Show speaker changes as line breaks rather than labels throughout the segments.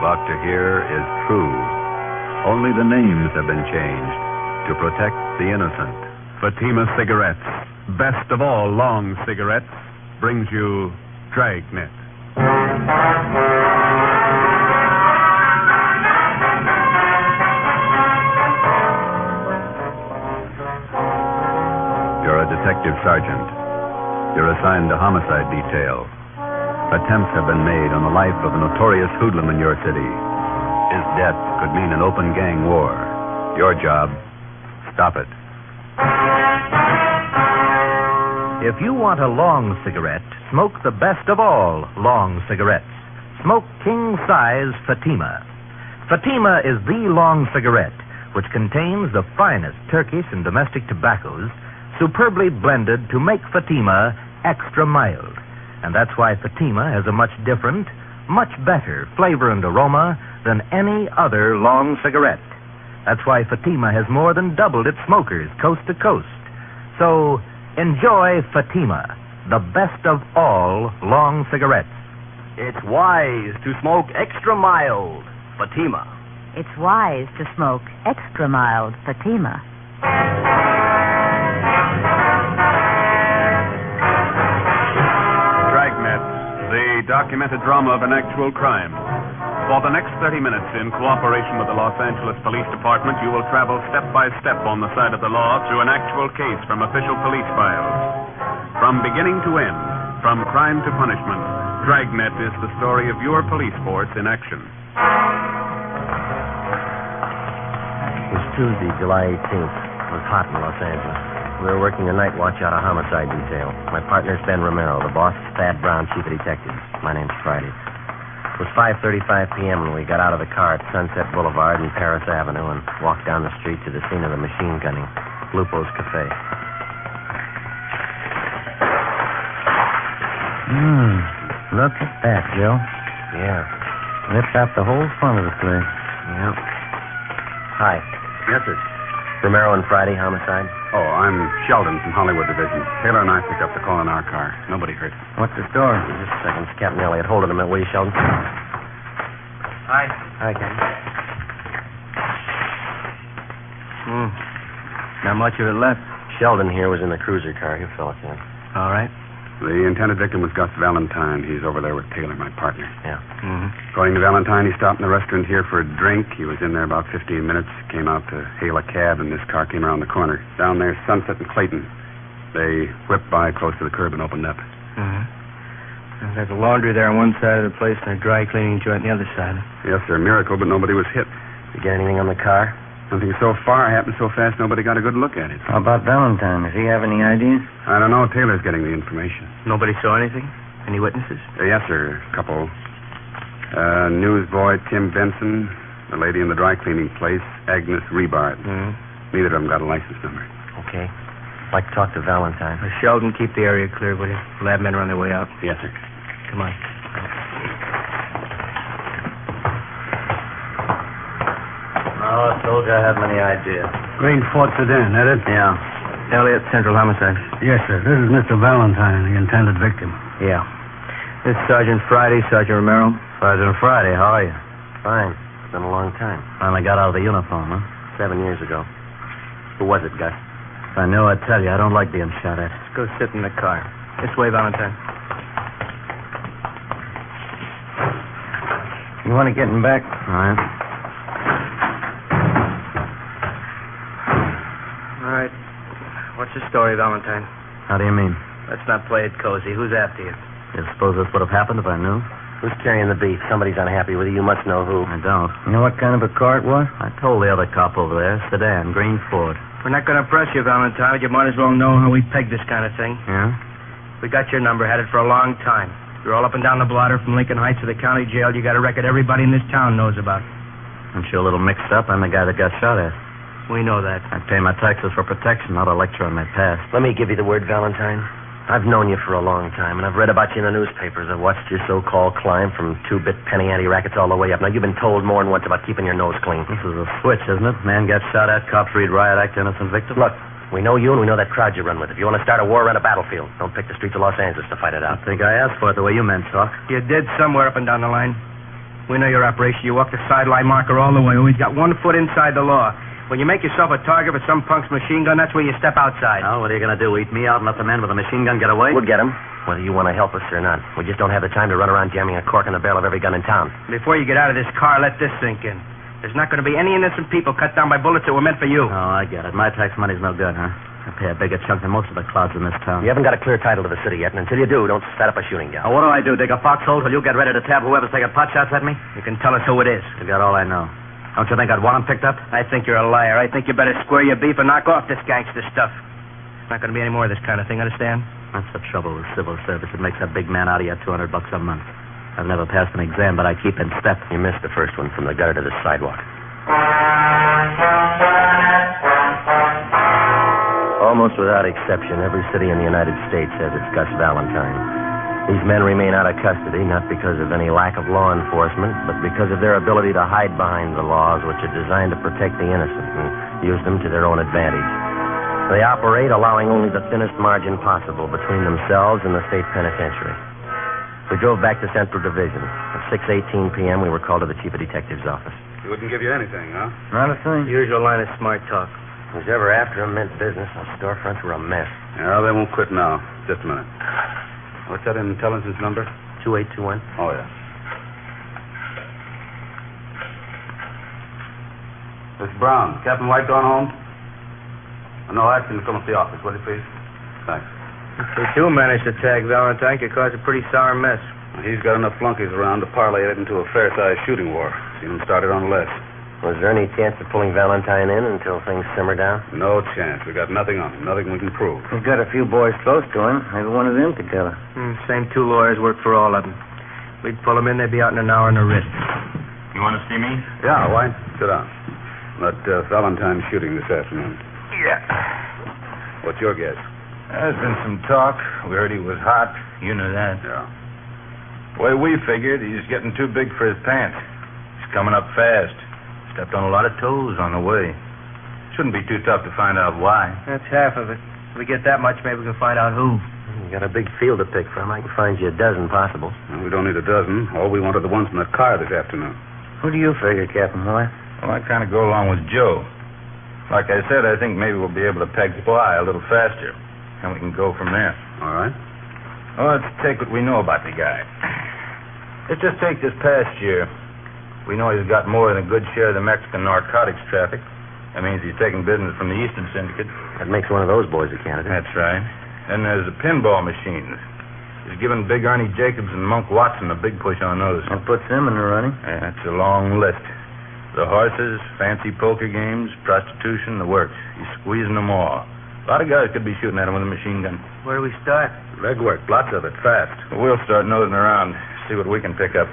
here is true. Only the names have been changed to protect the innocent. Fatima Cigarettes, best of all long cigarettes, brings you Dragnet. You're a detective sergeant. You're assigned to homicide detail. Attempts have been made on the life of a notorious hoodlum in your city. His death could mean an open gang war. Your job, stop it.
If you want a long cigarette, smoke the best of all long cigarettes. Smoke king size Fatima. Fatima is the long cigarette which contains the finest Turkish and domestic tobaccos, superbly blended to make Fatima extra mild. And that's why Fatima has a much different, much better flavor and aroma than any other long cigarette. That's why Fatima has more than doubled its smokers coast to coast. So enjoy Fatima, the best of all long cigarettes.
It's wise to smoke extra mild, Fatima.
It's wise to smoke extra mild Fatima.
Dragnet, the documented drama of an actual crime. For the next 30 minutes, in cooperation with the Los Angeles Police Department, you will travel step by step on the side of the law through an actual case from official police files. From beginning to end, from crime to punishment, Dragnet is the story of your police force in action.
It's Tuesday, July 18th. It was hot in Los Angeles. We were working a night watch out of homicide detail. My partner's Ben Romero. The boss is Thad Brown, chief of detectives. My name's Friday. It was 5.35 p.m. when we got out of the car at Sunset Boulevard and Paris Avenue and walked down the street to the scene of the machine gunning, Lupo's Cafe.
Hmm. Look at that, Joe.
Yeah.
Ripped out the whole front of the place.
Yeah. Hi. Yes, sir. Romero and Friday, homicide?
Oh, I'm Sheldon from Hollywood Division. Taylor and I pick up the call in our car. Nobody hurt.
What's the story?
Just a second. It's Captain Elliott. Hold it a minute, will you, Sheldon?
Hi.
Hi, Captain.
Hmm. Not much of it left.
Sheldon here was in the cruiser car. He'll fill us in.
All right.
The intended victim was Gus Valentine. He's over there with Taylor, my partner.
Yeah.
Mm-hmm.
According to Valentine, he stopped in the restaurant here for a drink. He was in there about 15 minutes, came out to hail a cab, and this car came around the corner. Down there, Sunset and Clayton. They whipped by close to the curb and opened up.
Mm-hmm. There's a laundry there on one side of the place and a dry cleaning joint on the other side.
Yes, sir, miracle, but nobody was hit.
You get anything on the car?
Something so far happened so fast, nobody got a good look at it.
How about Valentine? Does he have any ideas?
I don't know. Taylor's getting the information.
Nobody saw anything? Any witnesses?
Uh, yes, sir, couple. Uh, newsboy Tim Benson, the lady in the dry cleaning place, Agnes Rebart.
Mm.
Neither of them got a license number.
Okay. I'd like to talk to Valentine.
Sheldon, keep the area clear, will you? Lab men are on their way out.
Yes, sir.
Come on.
Oh, I told you I had many ideas.
Green Ford sedan, that it?
Yeah.
Elliot, Central Homicide.
Yes, sir. This is Mr. Valentine, the intended victim.
Yeah. This is Sergeant Friday, Sergeant Romero.
Sergeant Friday, how are you? Fine. It's been a long time.
Finally got out of the uniform, huh?
Seven years ago. Who was it, Gus?
If I know, I tell you, I don't like being shot at. Let's go sit in the car. This way, Valentine.
You want to get him back?
All right.
All right. What's the story, Valentine?
How do you mean?
Let's not play it cozy. Who's after you?
You suppose this would have happened if I knew? Who's carrying the beef? Somebody's unhappy with you. You must know who. I don't.
You know what kind of a car it was?
I told the other cop over there, sedan, green Ford.
We're not going to press you, Valentine. but You might as well know how we peg this kind of thing.
Yeah?
We got your number, had it for a long time. You're all up and down the blotter from Lincoln Heights to the county jail. You got a record everybody in this town knows about.
Aren't you a little mixed up? I'm the guy that got shot at.
We know that.
I pay my taxes for protection, not a lecture on my past. Let me give you the word, Valentine. I've known you for a long time, and I've read about you in the newspapers. I've watched your so-called climb from two-bit penny ante rackets all the way up. Now, you've been told more than once about keeping your nose clean. This is a switch, isn't it? Man gets shot at, cops read riot act, innocent victim. Look, we know you, and we know that crowd you run with. If you want to start a war, run a battlefield. Don't pick the streets of Los Angeles to fight it out. I think I asked for it the way you men talk.
You did somewhere up and down the line. We know your operation. You walk the sideline marker all the way. Always got one foot inside the law. When you make yourself a target for some punk's machine gun, that's where you step outside.
Oh.
Now, what are you going to do? Eat me out and let the man with the machine gun get away?
We'll get 'em, whether you want to help us or not. We just don't have the time to run around jamming a cork in the barrel of every gun in town.
Before you get out of this car, let this sink in. There's not going to be any innocent people cut down by bullets that were meant for you.
Oh, I get it. My tax money's no good, huh? I pay a bigger chunk than most of the clouds in this town.
You haven't got a clear title to the city yet, and until you do, don't set up a shooting gallery.
Now, what do I do? Dig a foxhole till you get ready to tab whoever's taking pot shots at me?
You can tell us who it is.
You got all I know. Don't you think I'd want 'em picked up?
I think you're a liar. I think you better square your beef and knock off this gangster stuff. Not going to be any more of this kind of thing, understand?
That's the trouble with civil service. It makes a big man out of you at 200 bucks a month. I've never passed an exam, but I keep in step.
You missed the first one from the gutter to the sidewalk. Almost without exception, every city in the United States has its Gus Valentine. These men remain out of custody not because of any lack of law enforcement, but because of their ability to hide behind the laws which are designed to protect the innocent and use them to their own advantage. They operate allowing only the thinnest margin possible between themselves and the state penitentiary. We drove back to Central Division. At 6.18 p.m., we were called to the Chief of Detectives' office.
He wouldn't give you anything, huh?
Not a thing. Usual line of smart talk.
Who's ever after him meant business. Those storefronts were a mess.
Yeah, they won't quit now. Just a minute. What's that intelligence number?
2821?
Oh, yeah. Miss Brown, Captain White gone home? Uh, No action. Come up to the office, will you, please? Thanks.
If they do manage to tag Valentine, could cause a pretty sour mess.
He's got enough flunkies around to parlay it into a fair-sized shooting war. Seen him started on less.
Was there any chance of pulling Valentine in until things simmer down?
No chance. We got nothing on him. Nothing we can prove.
We've got a few boys close to him. Maybe one of them could tell us.
Hmm, same two lawyers work for all of them. We'd pull them in, they'd be out in an hour in a writ.
You want to see me?
Yeah, White, sit down. That uh, Valentine shooting this afternoon.
Yeah.
What's your guess?
There's been some talk. We heard he was hot. You know that.
Yeah.
way we figured, he's getting too big for his pants. He's coming up fast. Stepped on a lot of toes on the way. Shouldn't be too tough to find out why.
That's half of it. If we get that much, maybe we can find out who.
You got a big field to pick from. I can find you a dozen possible.
We don't need a dozen. All we want are the ones in the car this afternoon.
Who do you figure, Captain Hoy?
Well, I kind of go along with Joe. Like I said, I think maybe we'll be able to peg Bly a little faster, and we can go from there.
All right.
Well, let's take what we know about the guy. Let's just take this past year. We know he's got more than a good share of the Mexican narcotics traffic. That means he's taking business from the Eastern Syndicate.
That makes one of those boys a candidate.
That's right. Then there's the pinball machines. He's given Big Ernie Jacobs and Monk Watson a big push on those.
That puts them in the running.
Yeah, that's a long list. The horses, fancy poker games, prostitution, the works. He's squeezing them all. A lot of guys could be shooting at him with a machine gun.
Where do we start?
Legwork, lots of it, fast. We'll start nosing around, see what we can pick up.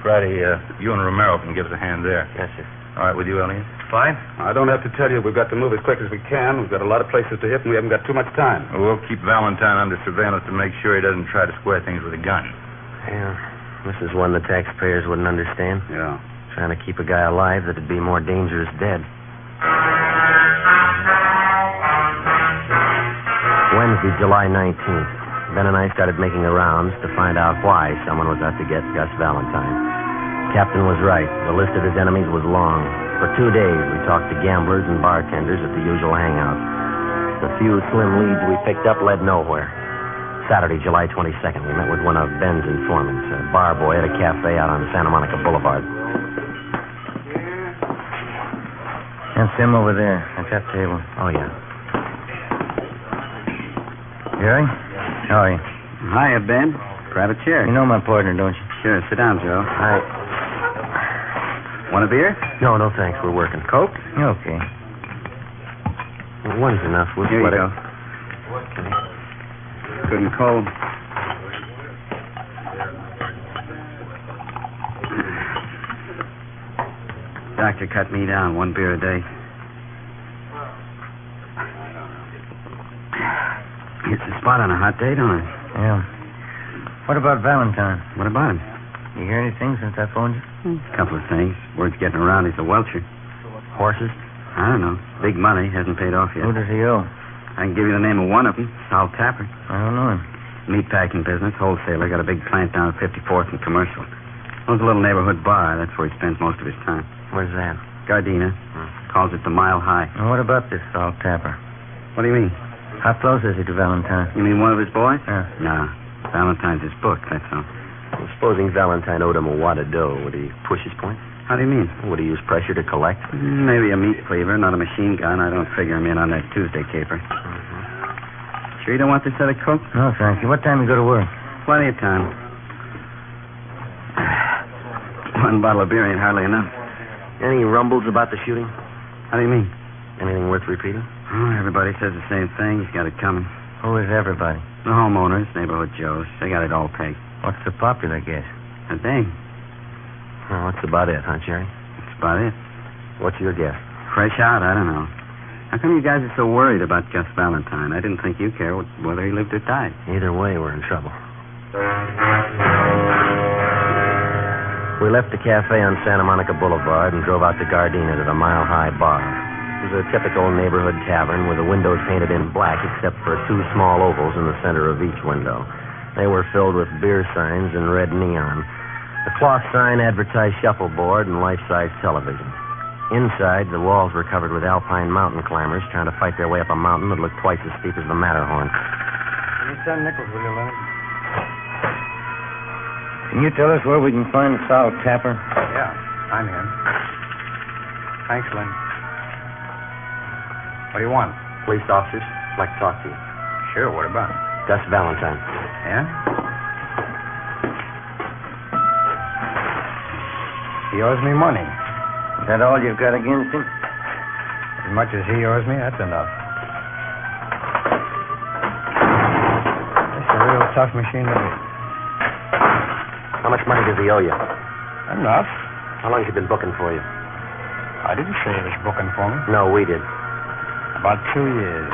Friday, uh, you and Romero can give us a hand there.
Yes, sir.
All right with you, Elliot?
Fine.
I don't have to tell you we've got to move as quick as we can. We've got a lot of places to hit, and we haven't got too much time.
We'll keep Valentine under surveillance to make sure he doesn't try to square things with a gun.
Yeah. This is one the taxpayers wouldn't understand.
Yeah.
Trying to keep a guy alive that'd be more dangerous dead. Wednesday, July 19th. Ben and I started making the rounds to find out why someone was out to get Gus Valentine. Captain was right. The list of his enemies was long. For two days, we talked to gamblers and bartenders at the usual hangouts. The few slim leads we picked up led nowhere. Saturday, July 22nd, we met with one of Ben's informants, a bar boy at a cafe out on Santa Monica Boulevard.
That's him over there at that table.
Oh, yeah.
Gary? How are you?
Hiya, Ben. Grab a chair.
You know my partner, don't you?
Sure, sit down, Joe.
I...
Want a beer?
No, no, thanks. We're working.
Coke?
You're okay.
Well, one's enough. We'll
Here you
split it.
go. Good and cold. Doctor cut me down one beer a day. Hits the spot on a hot day, don't it?
Yeah. What about Valentine?
What about him?
You hear anything since I phoned you?
A couple of things. Word's getting around he's a welcher.
Horses?
I don't know. Big money. Hasn't paid off
Who
yet.
does he owe?
I can give you the name of one of them. Sal Tapper.
I don't know him.
Meatpacking business. Wholesaler. Got a big plant down at 54th and Commercial.
Owns a little neighborhood bar. That's where he spends most of his time.
Where's that? Hmm.
Gardena. Calls it the Mile High.
And what about this Saul Tapper?
What do you mean?
How close is he to Valentine?
Uh, You mean one of his boys?
Yeah.
No. Valentine's his book, that's all.
Well, supposing Valentine owed him a wad of dough, would he push his point?
How do you mean? Mm,
Would he use pressure to collect?
Maybe a meat cleaver, not a machine gun. I don't figure him in on that Tuesday caper.
Hmm.
Sure you don't want this set of coke?
No, thank you. What time you go to work?
Plenty of time. One bottle of beer ain't hardly enough.
Any rumbles about the shooting?
How do you mean?
Anything worth repeating?
Oh, everybody says the same thing. He's got it coming.
Who is everybody?
The homeowners, neighborhood Joes, they got it all pegged.
What's the popular guess?
And they,
Well, that's about it, huh, Jerry?
that's about it.
What's your guess?
Fresh out, I don't know. How come you guys are so worried about Gus Valentine? I didn't think you cared wh- whether he lived or died.
Either way, we're in trouble. We left the cafe on Santa Monica Boulevard and drove out to Gardena to the Mile High Bar. It was a typical neighborhood tavern with the windows painted in black except for two small ovals in the center of each window. They were filled with beer signs in red neon. A cloth sign advertised shuffleboard and life-size television. Inside, the walls were covered with alpine mountain climbers trying to fight their way up a mountain that looked twice as steep as the Matterhorn. Can you tell us where we can find Sal Tapper?
Yeah, I'm in. Thanks, Lynn. What do you want?
Police officers, I'd like to talk to you.
Sure, what about it?
Gus Valentine.
Yeah? He owes me money.
Is that all you've got against him?
As much as he owes me, that's enough. It's a real tough machine to beat.
How much money does he owe you?
Enough.
How long has he been booking for you?
I didn't say he was booking for me.
No, we did.
About two years.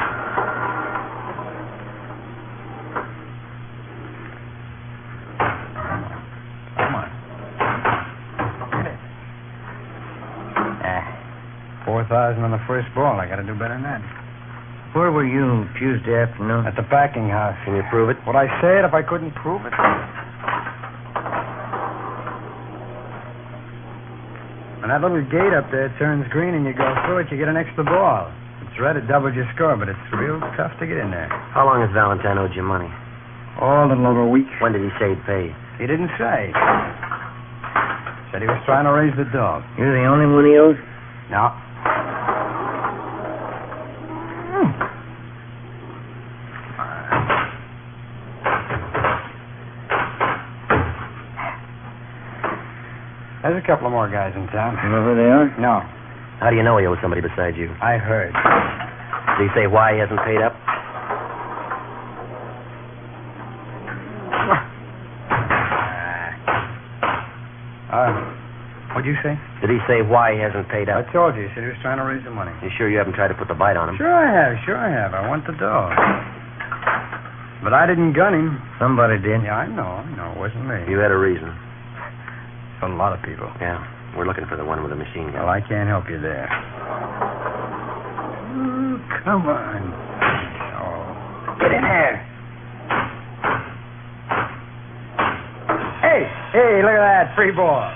Come on. Four thousand on the first ball. I gotta do better than that.
Where were you Tuesday afternoon?
At the packing house.
Can you prove it?
Would I say it if I couldn't prove it? When that little gate up there turns green and you go through it, you get an extra ball. If It's red, it doubles your score, but it's real tough to get in there.
How long has Valentine owed you money? Oh,
All in a little over a week.
When did he say he'd pay?
He didn't say. Said he was trying to raise the dog.
You're the only one he owes?
No. There's a couple of more guys in town.
You know who they are?
No,
How do you know he owes somebody besides you?
I heard.
Did he say why he hasn't paid up?
Uh, what'd you say?
Did he say why he hasn't paid
I
up?
told you. He said he was trying to raise the money.
You sure you haven't tried to put the bite on him?
Sure I have. Sure I have. I want the dog. But I didn't gun him.
Somebody did.
Yeah, I know. I know. It wasn't me.
You had a reason.
It's a lot of people.
Yeah. We're looking for the one with the machine gun.
Well, I can't help you there. Ooh, come on. Oh. Get in there. Hey, hey, look at that. Free ball.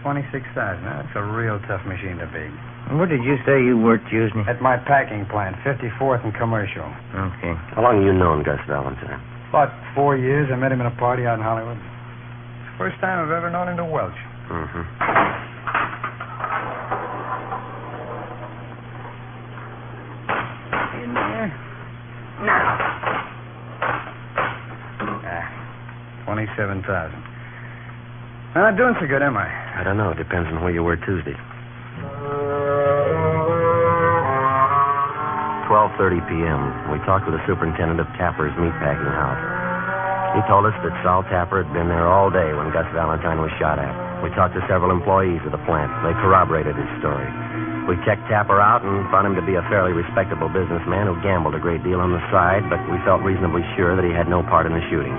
26,000. Now, That's a real tough machine to beat.
What did you say you worked
Hmm.
using?
At my packing plant, 54th and Commercial.
Okay. How long have you known Gus Valentine?
About four years. I met him at a party out in Hollywood. It's the first time I've ever known him to Welch.
Mm-hmm.
In there. Now. Ah, 27,000. I'm not doing so good, am I?
I don't know. It depends on where you were Tuesday. 12.30 p.m., we talked with the superintendent of Tapper's meatpacking house. He told us that Sal Tapper had been there all day when Gus Valentine was shot at. We talked to several employees of the plant. They corroborated his story. We checked Tapper out and found him to be a fairly respectable businessman who gambled a great deal on the side, but we felt reasonably sure that he had no part in the shooting.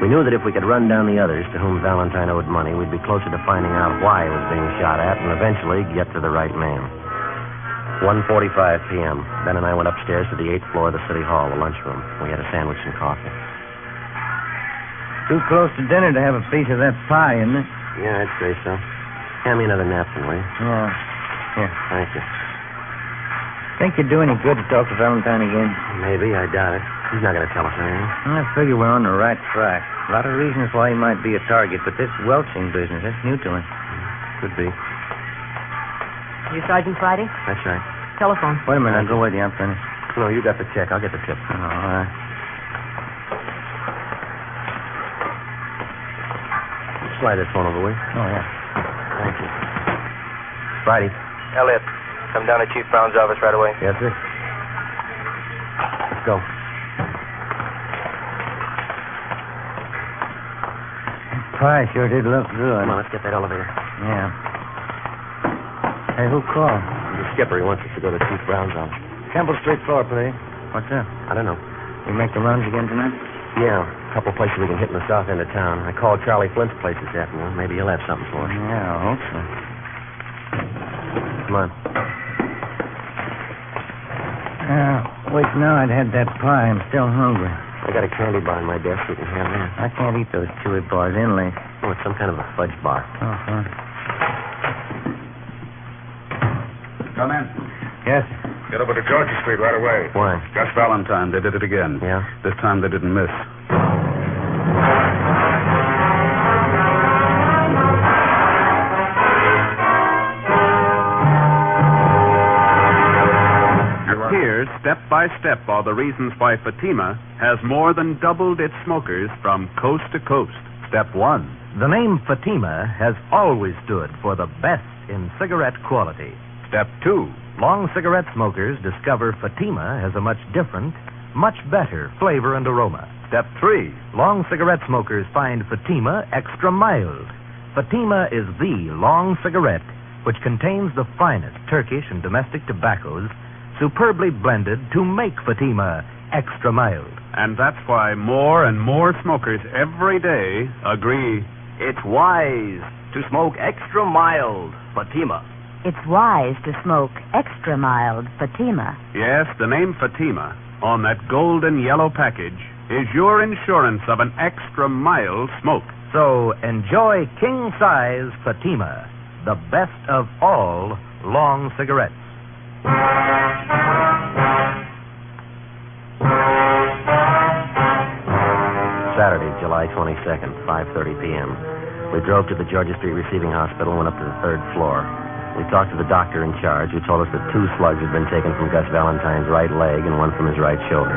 We knew that if we could run down the others to whom Valentine owed money, we'd be closer to finding out why he was being shot at and eventually get to the right man. 1.45 p.m. Ben and I went upstairs to the eighth floor of the city hall, the lunchroom. We had a sandwich and coffee.
Too close to dinner to have a piece of that pie, isn't it?
Yeah, I'd say so. Hand me another napkin, will you?
Oh,
Yeah. Thank you.
think you'd do any good to talk to Valentine again?
Maybe, I doubt it. He's not going to tell us anything.
I figure we're on the right track. A lot of reasons why he might be a target, but this welching business, that's new to him.
Could be.
You Sergeant Friday?
That's right.
Telephone.
Wait a minute, I'll go with you. I'm finished.
No, you got the check. I'll get the tip.
Oh, all right.
Slide that phone over, will you?
Oh, yeah.
Thank you. Friday.
Elliot, come down to Chief Brown's office right away.
Yes, sir. Let's go.
Pie sure did look good.
Come on, let's get that elevator.
Yeah. Hey, who called?
The skipper, he wants us to go to Chief Brown's office.
Campbell Street floor, please. What's up?
I don't know.
You make the rounds again tonight?
Yeah, a couple places we can hit in the south end of town. I called Charlie Flint's place this afternoon. Maybe he'll have something for us.
Yeah, I hope so.
Come on.
Yeah, wait now. Uh, I'd had that pie. I'm still hungry.
I got a candy bar on my desk. We can have that.
I can't eat those chewy bars inlay.
Oh, it's some kind of a fudge bar.
Uh-huh.
Come in.
Yes.
Get over to Georgia Street right away.
Why?
Gus Valentine, they did it again.
Yeah?
This time they didn't miss.
Here, step by step, are the reasons why Fatima has more than doubled its smokers from coast to coast. Step one.
The name Fatima has always stood for the best in cigarette quality.
Step two.
Long cigarette smokers discover Fatima has a much different, much better flavor and aroma.
Step three.
Long cigarette smokers find Fatima extra mild. Fatima is the long cigarette which contains the finest Turkish and domestic tobaccos superbly blended to make Fatima extra mild.
And that's why more and more smokers every day agree.
It's wise to smoke extra mild Fatima.
It's wise to smoke extra mild Fatima.
Yes, the name Fatima on that golden yellow package is your insurance of an extra mild smoke.
So enjoy king size Fatima, the best of all long cigarettes.
Saturday, July 22nd, 5.30 p.m. We drove to the Georgia Street Receiving Hospital and went up to the third floor. We talked to the doctor in charge, who told us that two slugs had been taken from Gus Valentine's right leg and one from his right shoulder.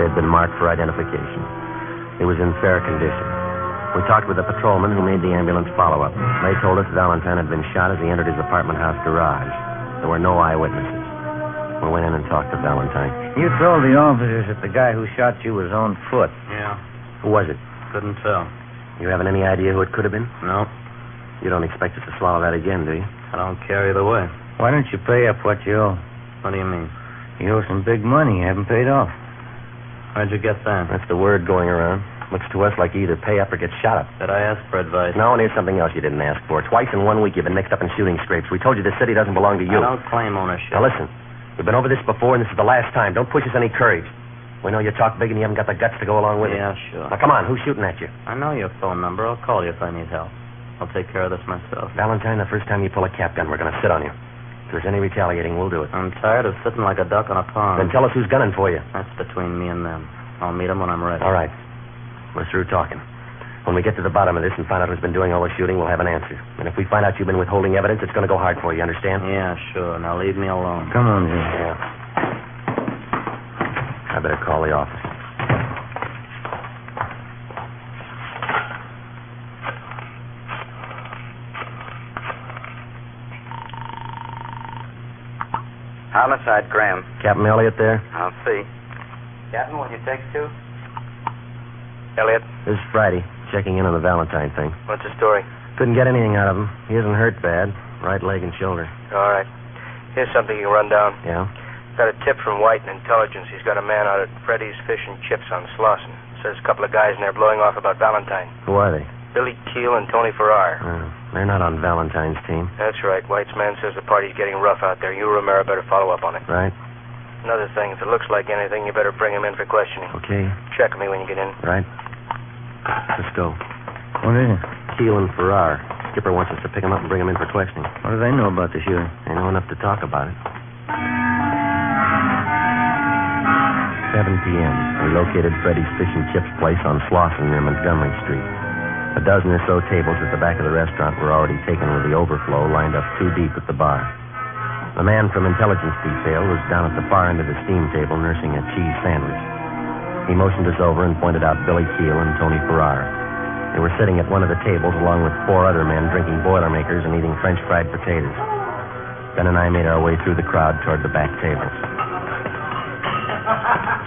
They had been marked for identification. It was in fair condition. We talked with a patrolman who made the ambulance follow-up. They told us Valentine had been shot as he entered his apartment house garage. There were no eyewitnesses. We went in and talked to Valentine.
You told the officers that the guy who shot you was on foot.
Yeah,
Who was it?
couldn't tell.
You haven't any idea who it could have been?
No,
You don't expect us to swallow that again, do you?
I don't care either way.
Why don't you pay up what you owe?
What do you mean?
You owe some big money you haven't paid off.
Where'd you get that?
That's the word going around. Looks to us like you either pay up or get shot up.
Did I ask for advice?
No, and here's something else you didn't ask for. Twice in one week you've been mixed up in shooting scrapes. We told you this city doesn't belong to you.
I don't claim ownership.
Now listen, we've been over this before, and this is the last time. Don't push us any courage. We know you talk big and you haven't got the guts to go along with
yeah,
it.
sure.
Now come on, who's shooting at you?
I know your phone number. I'll call you if I need help. I'll take care of this myself.
Valentine, the first time you pull a cap gun, we're gonna sit on you. If there's any retaliating, we'll do it.
I'm tired of sitting like a duck on a pond.
Then tell us who's gunning for you.
That's between me and them. I'll meet them when I'm ready.
All right. We're through talking. When we get to the bottom of this and find out who's been doing all the shooting, we'll have an answer. And if we find out you've been withholding evidence, it's going to go hard for you. Understand?
Yeah, sure. Now leave me alone.
Come on, Jim.
Yeah. I better call the office.
Homicide, Graham.
Captain Elliott there?
I'll see. Captain, will you take two? Elliot,
This is Friday, checking in on the Valentine thing.
what's the story?
Couldn't get anything out of him. He isn't hurt bad. Right leg and shoulder.
All right. Here's something you can run down.
Yeah?
Got a tip from White in Intelligence. He's got a man out at Freddy's Fish and Chips on Slauson. Says a couple of guys in there blowing off about Valentine.
Who are they?
Billy Keel and Tony Farrar.
Uh, they're not on Valentine's team,
That's right. White's man says the party's getting rough out there. You, Romero, better follow up on it.
right?
Another thing, if it looks like anything, you better bring him in for questioning.
Okay.
Check me when you get in.
Right. Let's go.
What is it?
Keel and Farrar. Skipper wants us to pick 'em up and bring 'em in for questioning.
What do they know about the shooting?
They know enough to talk about it. 7 p.m. We located Freddy's Fish and Chips place on Slauson near Montgomery Street. A dozen or so tables at the back of the restaurant were already taken with the overflow lined up two deep at the bar. The man from intelligence detail was down at the far end of the steam table nursing a cheese sandwich. He motioned us over and pointed out Billy Keel and Tony Farrar. They were sitting at one of the tables along with four other men drinking Boilermakers and eating French fried potatoes. Ben and I made our way through the crowd toward the back tables.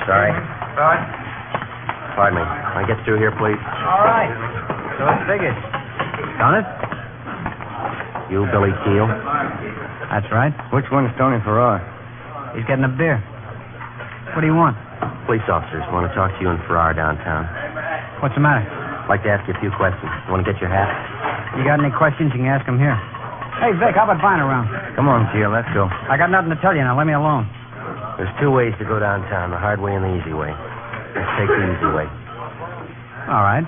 Sorry.
Right.
Pardon me. Can I get through here, please?
All right. So it figures.
Done it? You, Billy Keel?
That's right. Which one's Tony Farrar? He's getting a beer. What do you want?
Police officers want to talk to you in Farrar downtown.
What's the matter?
I'd like to ask you a few questions. You want to get your hat?
You got any questions, you can ask him here.
Hey, Vic, how about Vine around?
Come on, Keel, let's go.
I got nothing to tell you now. Let me alone.
There's two ways to go downtown the hard way and the easy way. Let's take the easy way.
All right.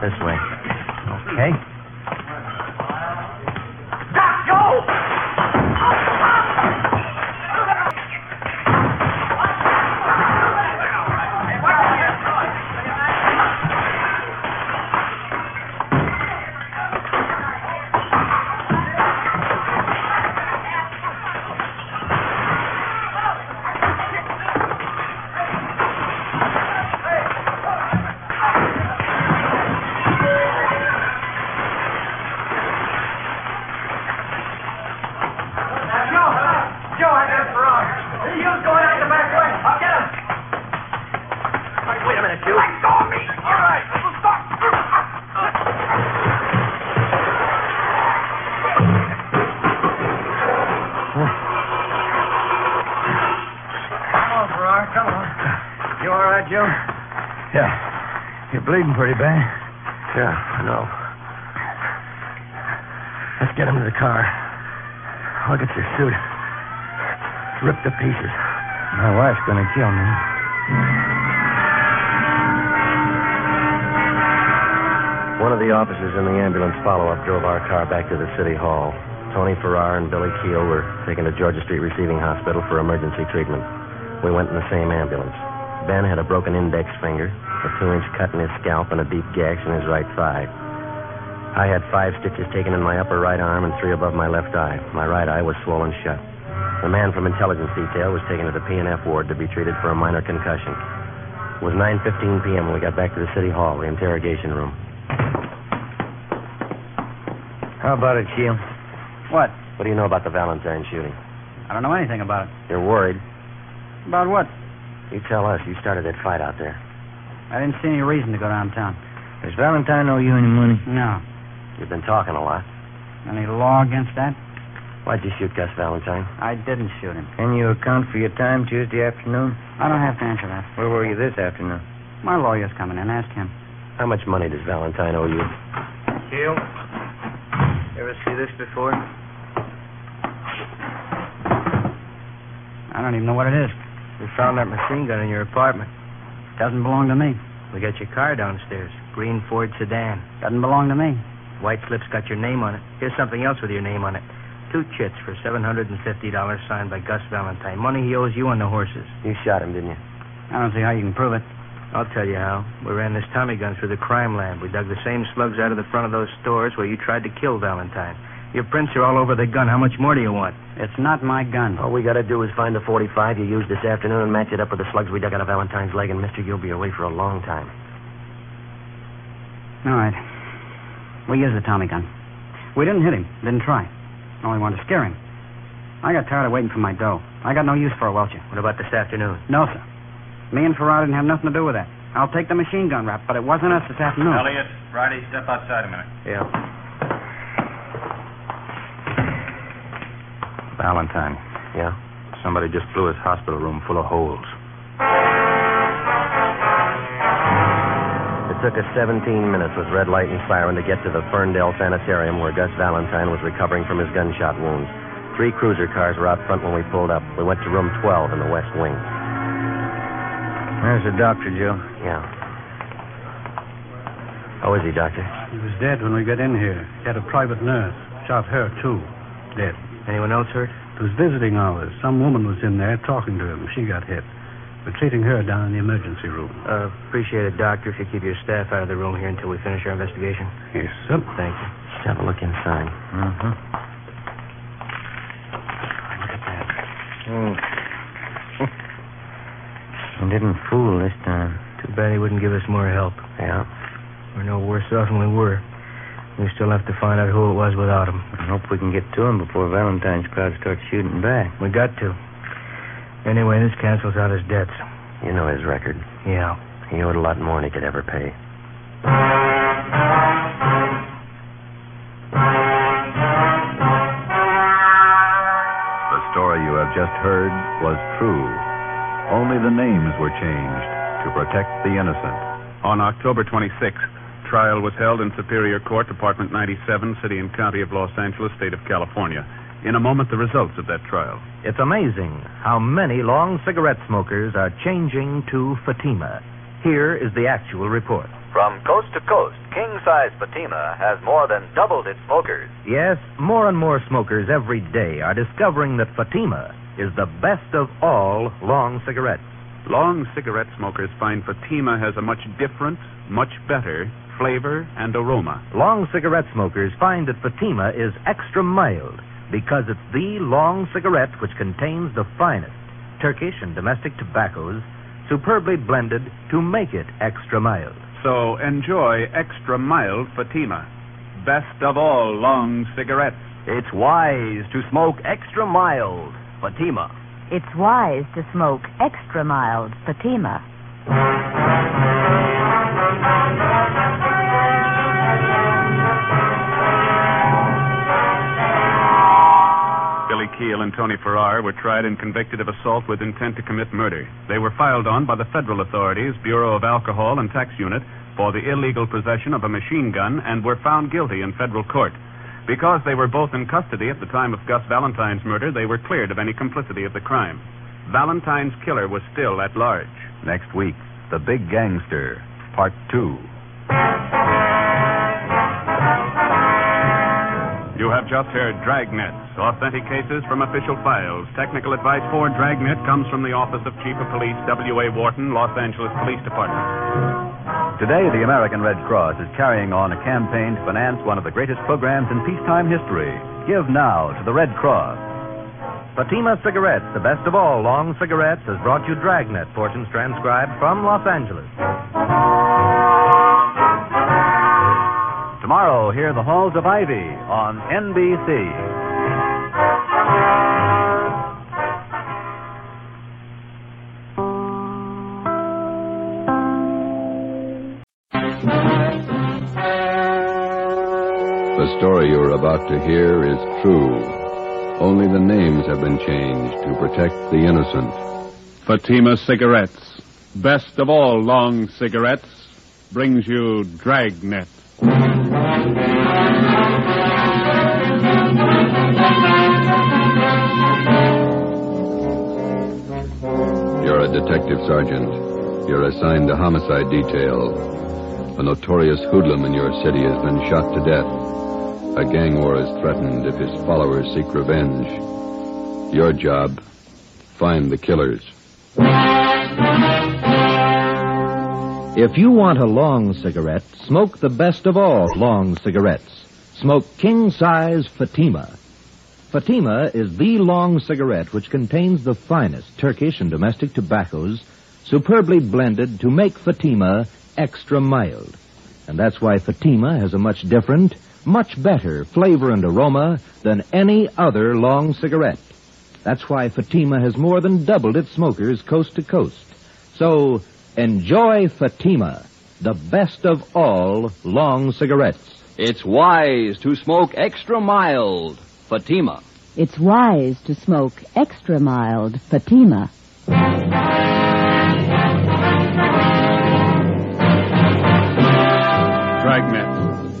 This way.
Okay.
You all right, Joe? Yeah. You're bleeding pretty bad.
Yeah, I know. Let's get him to the car. Look at your suit. It's ripped to pieces.
My wife's gonna kill me.
One of the officers in the ambulance follow up drove our car back to the city hall. Tony Farrar and Billy Keel were taken to Georgia Street Receiving Hospital for emergency treatment. We went in the same ambulance. Ben had a broken index finger, a two inch cut in his scalp, and a deep gash in his right thigh. I had five stitches taken in my upper right arm and three above my left eye. My right eye was swollen shut. The man from intelligence detail was taken to the P&F ward to be treated for a minor concussion. It was 9:15 p.m. when we got back to the city hall, the interrogation room.
How about it, Keel?
What?
What do you know about the Valentine shooting?
I don't know anything about it.
You're worried.
About what?
You tell us. You started that fight out there.
I didn't see any reason to go downtown.
Does Valentine owe you any money?
No.
You've been talking a lot.
Any law against that?
Why'd you shoot Gus Valentine?
I didn't shoot him.
Can you account for your time Tuesday afternoon?
I don't have to answer that.
Where were you this afternoon?
My lawyer's coming in. Ask him.
How much money does Valentine owe you?
Keel, ever see this before?
I don't even know what it is.
We found that machine gun in your apartment.
Doesn't belong to me.
We got your car downstairs. Green Ford sedan.
Doesn't belong to me.
White slip's got your name on it. Here's something else with your name on it. Two chits for $750 signed by Gus Valentine. Money he owes you on the horses.
You shot him, didn't you?
I don't see how you can prove it.
I'll tell you how. We ran this Tommy gun through the crime lab. We dug the same slugs out of the front of those stores where you tried to kill Valentine. Your prints are all over the gun. How much more do you want?
It's not my gun.
All we gotta do is find the 45 you used this afternoon and match it up with the slugs we dug out of Valentine's leg, and Mister, you'll be away for a long time.
All right. We used the Tommy gun. We didn't hit him. Didn't try. Only wanted to scare him. I got tired of waiting for my dough. I got no use for a welcher.
What about this afternoon?
No, sir. Me and Farrar didn't have nothing to do with that. I'll take the machine gun rap, but it wasn't us this afternoon.
Elliot, Friday, step outside a minute.
Yeah.
Valentine,
Yeah?
somebody just blew his hospital room full of holes.
It took us 17 minutes with red light and siren to get to the Ferndale Sanitarium where Gus Valentine was recovering from his gunshot wounds. Three cruiser cars were out front when we pulled up. We went to room 12 in the West Wing.
There's the doctor, Joe.
Yeah. How is he, Doctor?
He was dead when we got in here. He had a private nurse. Shot her, too. Dead.
Anyone else hurt?
It was visiting hours. Some woman was in there talking to him. She got hit. We're treating her down in the emergency room.
Uh, appreciate it, Doctor, if you keep your staff out of the room here until we finish our investigation.
Yes, sir.
Thank you.
Just have a look inside.
Mm-hmm.
Look at that.
Hmm.
He didn't fool this time.
Too bad he wouldn't give us more help.
Yeah.
We're no worse off than we were. We still have to find out who it was without him.
I hope we can get to him before Valentine's crowd starts shooting back.
We got to. Anyway, this cancels out his debts.
You know his record.
Yeah.
He owed a lot more than he could ever pay.
The story you have just heard was true. Only the names were changed to protect the innocent.
On October 26th, trial was held in Superior Court, Department 97, City and County of Los Angeles, State of California. In a moment, the results of that trial.
It's amazing how many long cigarette smokers are changing to Fatima. Here is the actual report.
From coast to coast, king size Fatima has more than doubled its smokers.
Yes, more and more smokers every day are discovering that Fatima is the best of all long cigarettes.
Long cigarette smokers find Fatima has a much different, much better flavor and aroma.
Long cigarette smokers find that Fatima is extra mild because it's the long cigarette which contains the finest Turkish and domestic tobaccos superbly blended to make it extra mild.
So enjoy extra mild Fatima. Best of all long cigarettes.
It's wise to smoke extra mild Fatima.
It's wise to smoke extra mild Fatima.
Billy Keel and Tony Farrar were tried and convicted of assault with intent to commit murder. They were filed on by the federal authorities, Bureau of Alcohol and Tax Unit, for the illegal possession of a machine gun and were found guilty in federal court. Because they were both in custody at the time of Gus Valentine's murder, they were cleared of any complicity of the crime. Valentine's killer was still at large.
Next week, The Big Gangster, Part 2.
You have just heard Dragnet, authentic cases from official files. Technical advice for Dragnet comes from the Office of Chief of Police W.A. Wharton, Los Angeles Police Department.
Today, the American Red Cross is carrying on a campaign to finance one of the greatest programs in peacetime history. Give now to the Red Cross.
Fatima Cigarettes, the best of all long cigarettes, has brought you Dragnet, portions transcribed from Los Angeles.
Tomorrow, hear the halls of Ivy on NBC.
The story you're about to hear is true. Only the names have been changed to protect the innocent.
Fatima Cigarettes, best of all long cigarettes, brings you Dragnet.
You're a detective sergeant. You're assigned to homicide detail. A notorious hoodlum in your city has been shot to death. A gang war is threatened if his followers seek revenge. Your job find the killers.
If you want a long cigarette, smoke the best of all long cigarettes. Smoke king size Fatima. Fatima is the long cigarette which contains the finest Turkish and domestic tobaccos, superbly blended to make Fatima extra mild. And that's why Fatima has a much different, much better flavor and aroma than any other long cigarette. That's why Fatima has more than doubled its smokers coast to coast. So, Enjoy Fatima, the best of all long cigarettes.
It's wise to smoke extra mild Fatima.
It's wise to smoke extra mild Fatima.
Dragnet,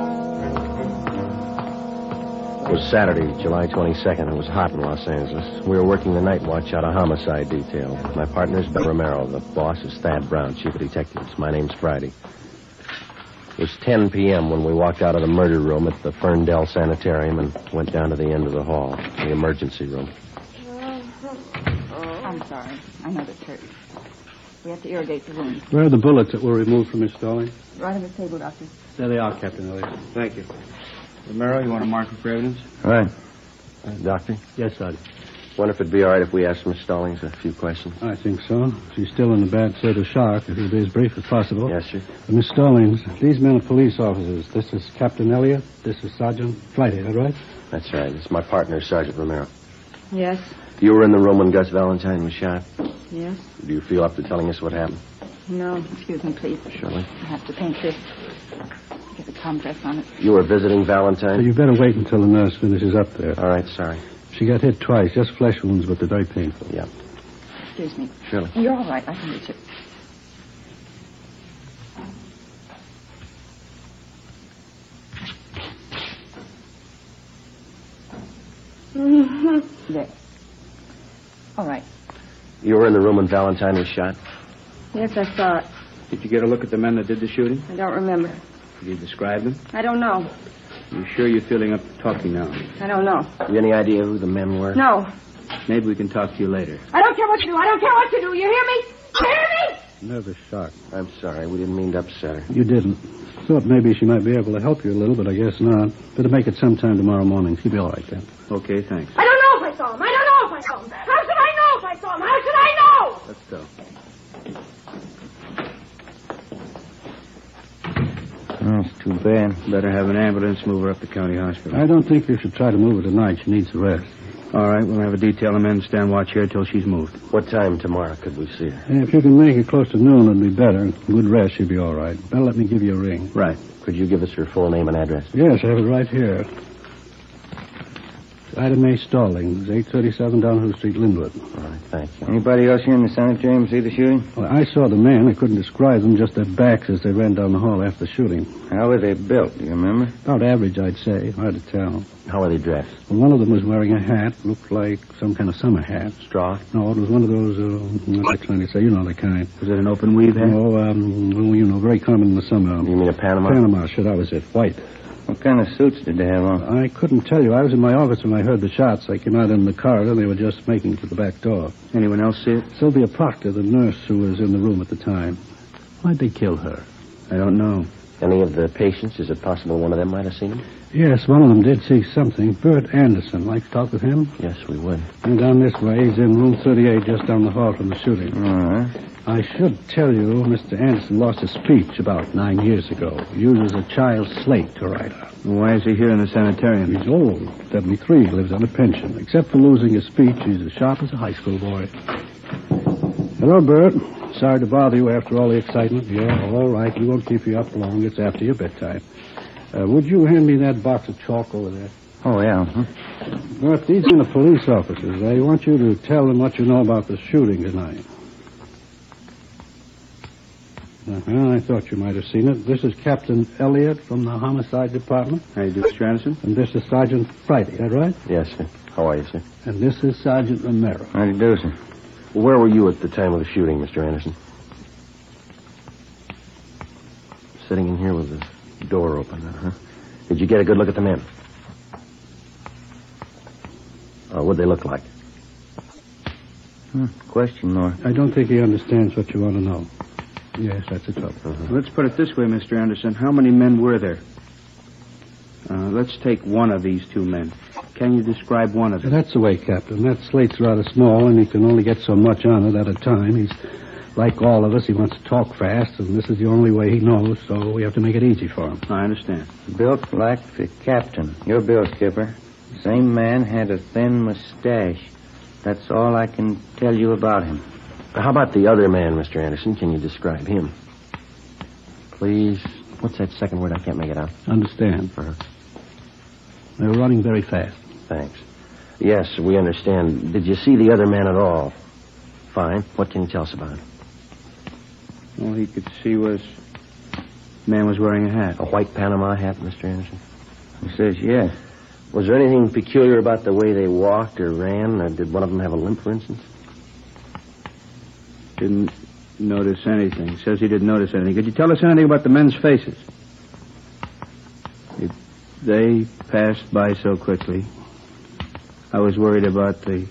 It was Saturday, July 22nd. It was hot in Los Angeles. We were working the night watch out of homicide detail. My partner's Ben Romero. The boss is Thad Brown, chief of detectives. My name's Friday. It was 10 p.m. when we walked out of the murder room at the Ferndale Sanitarium and went down to the end of the hall, the emergency room.
I'm sorry. I know this hurts. We have to irrigate the wound.
Where are the bullets that were removed from Miss Darling?
Right on the table, Doctor.
There they are, Captain Elliott. Thank you. Romero, you want to mark them for evidence?
All right. Uh, Doctor?
Yes, Sergeant.
Wonder if it'd be all right if we asked Miss Stallings a few questions.
I think so. She's still in a bad state of shock. If you'll be as brief as possible. Uh,
Yes, sir.
Miss Stallings, these men are police officers. This is Captain Elliott. This is Sergeant Flighty, is that right?
That's right. It's my partner, Sergeant Romero.
Yes.
You were in the room when Gus Valentine was shot.
Yes.
Do you feel up to telling us what happened?
No. Excuse me, please.
Surely.
I have to paint this. Get the compress on it.
You were visiting Valentine?
So you better wait until the nurse finishes up there.
All right, sorry.
She got hit twice, just flesh wounds, but they're very painful.
Yeah.
Excuse me.
Surely.
You're all right. I can reach it.
Mm-hmm.
There. All right.
You were in the room when Valentine was shot?
Yes, I saw it.
Did you get a look at the men that did the shooting?
I don't remember.
Did you describe them?
I don't know.
You sure you're feeling up to talking now?
I don't know.
You any idea who the men were?
No.
Maybe we can talk to you later.
I don't care what you do. I don't care what you do. You hear me? You hear me?
Nervous shock.
I'm sorry. We didn't mean to upset her.
You didn't. Thought maybe she might be able to help you a little, but I guess not. Better make it sometime tomorrow morning. She'll be all right then.
Okay, thanks.
I don't know if I saw him. I don't know if I saw him. How should I know if I saw him? How should I know?
Let's go.
Oh,
That's too bad. Better have an ambulance move her up to county hospital.
I don't think you should try to move her tonight. She needs the rest.
All right, we'll have a detail of men stand watch here till she's moved.
What time tomorrow could we see her?
And if you can make it close to noon, it'd be better. Good rest, she'll be all right. Better let me give you a ring.
Right. Could you give us her full name and address?
Yes, I have it right here. It's Ida Mae Stallings, 837 Downhill Street, Linwood.
All right, thank you.
Anybody else here in the sanitarium see the shooting?
Well, I saw the men. I couldn't describe them, just their backs as they ran down the hall after the shooting.
How were they built? Do you remember?
About average, I'd say. Hard to tell.
How are they dressed?
Well, one of them was wearing a hat, looked like some kind of summer hat.
Straw?
No, it was one of those, uh, what am I trying to say? You know the kind.
Was it an open weave hat?
No, um, well, you know, very common in the summer.
You mean a Panama?
Panama, shit, I was it. White.
What kind of suits did they have on?
I couldn't tell you. I was in my office when I heard the shots. I came out in the corridor. They were just making for the back door.
Anyone else see it?
Sylvia Proctor, the nurse who was in the room at the time. Why'd they kill her?
I don't know.
Any of the patients? Is it possible one of them might have seen him?
Yes, one of them did see something. Bert Anderson. Like to talk with him?
Yes, we would.
And down this way, he's in room 38, just down the hall from the shooting.
All right.
I should tell you, Mr. Anderson lost his speech about nine years ago. He uses a child's slate to write on.
Why is he here in the sanitarium?
He's old, 73, lives on a pension. Except for losing his speech, he's as sharp as a high school boy. Hello, Bert. Sorry to bother you after all the excitement. Yeah, all right. We won't keep you up long. It's after your bedtime. Uh, would you hand me that box of chalk over there?
Oh, yeah. huh?
Bert, these are the police officers. I want you to tell them what you know about the shooting tonight. Uh-huh, I thought you might have seen it. This is Captain Elliott from the Homicide Department.
How you do, Mr. Anderson?
And this is Sergeant Friday, is that right?
Yes, sir. How are you, sir?
And this is Sergeant Romero.
How do you do, sir?
Where were you at the time of the shooting, Mr. Anderson? Sitting in here with the door open, uh-huh. huh? Did you get a good look at the men? Uh, what'd they look like?
Hmm, Question, Nora.
I don't think he understands what you want to know. Yes, that's the trouble.
Let's put it this way, Mr. Anderson. How many men were there? Uh, let's take one of these two men. Can you describe one of them?
That's the way, Captain. That slate's rather small, and he can only get so much on it at a time. He's like all of us. He wants to talk fast, and this is the only way he knows, so we have to make it easy for him.
I understand.
Built like the captain, your bill skipper. Same man had a thin mustache. That's all I can tell you about him.
How about the other man, Mr. Anderson? Can you describe him? Please What's that second word? I can't make it out.
Understand. They were running very fast.
Thanks. Yes, we understand. Did you see the other man at all? Fine. What can you tell us about him?
All he could see was man was wearing a hat.
A white Panama hat, Mr. Anderson?
He says, yes.
Was there anything peculiar about the way they walked or ran? Or did one of them have a limp, for instance?
Didn't notice anything. Says he didn't notice anything. Could you tell us anything about the men's faces? It, they passed by so quickly. I was worried about the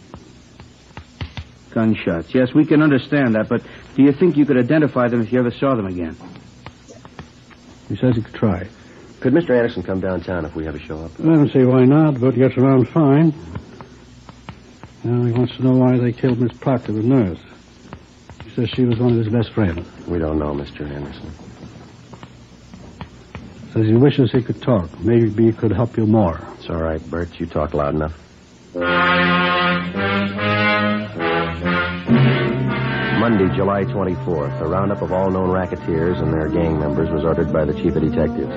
gunshots. Yes, we can understand that, but do you think you could identify them if you ever saw them again?
He says he could try.
Could Mr. Anderson come downtown if we ever show up?
I don't see why not. But gets around fine. Now he wants to know why they killed Miss Proctor, the nurse. He says she was one of his best friends.
We don't know, Mr. Anderson.
Says he wishes he could talk. Maybe he could help you more.
It's all right, Bert. You talk loud enough. Monday, July 24th, a roundup of all known racketeers and their gang members was ordered by the chief of detectives.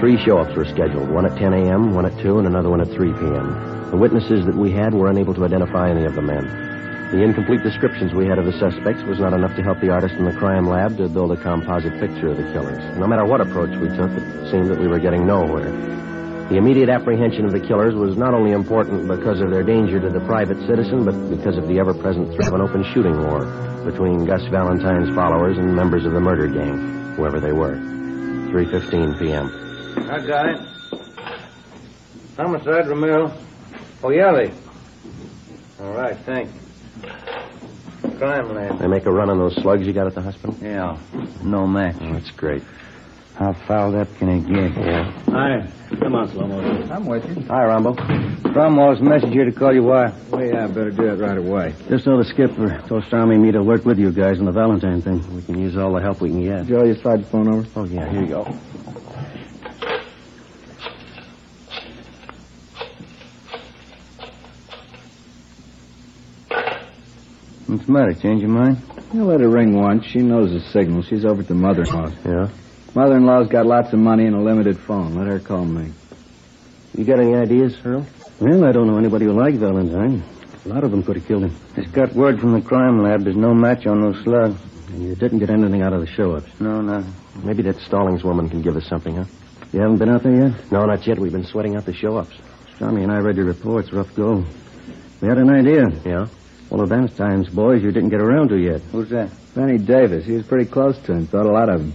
Three show-ups were scheduled, one at 10 a.m., one at 2, and another one at 3 p.m. The witnesses that we had were unable to identify any of the men. The incomplete descriptions we had of the suspects was not enough to help the artist in the crime lab to build a composite picture of the killers. No matter what approach we took, it seemed that we were getting nowhere. The immediate apprehension of the killers was not only important because of their danger to the private citizen, but because of the ever present threat of an open shooting war between Gus Valentine's followers and members of the murder gang, whoever they were. 3.15 p.m.
I got it. Homicide, Romero. Oh, yeah, they. All right, thank you. Crime lab.
They make a run on those slugs you got at the hospital?
Yeah, no match.
Oh, that's great.
How fouled up can it get?
Yeah.
Hi. Come on, Slomo.
I'm with you.
Hi, Rombo.
Cromwell's messenger to call you why.
Well, yeah, I better do it right away.
Just know the skipper told Stormy me to work with you guys on the Valentine thing.
We can use all the help we can get.
Joe, you slide the phone over.
Oh, yeah, here you go.
What's the matter? Change your mind?
You let her ring once. She knows the signal. She's over at the mother-in-law's.
Yeah?
Mother-in-law's got lots of money and a limited phone. Let her call me.
You got any ideas, Earl?
Well, I don't know anybody who likes Valentine. A lot of them could have killed him. Just got word from the crime lab there's no match on those slugs.
And you didn't get anything out of the show-ups?
No, no.
Maybe that Stallings woman can give us something, huh?
You haven't been out there yet?
No, not yet. We've been sweating out the show-ups.
Tommy and I read your reports. Rough go. We had an idea.
Yeah?
One of Valentine's boys you didn't get around to yet.
Who's that? Benny Davis. He was pretty close to him. Thought a lot of him.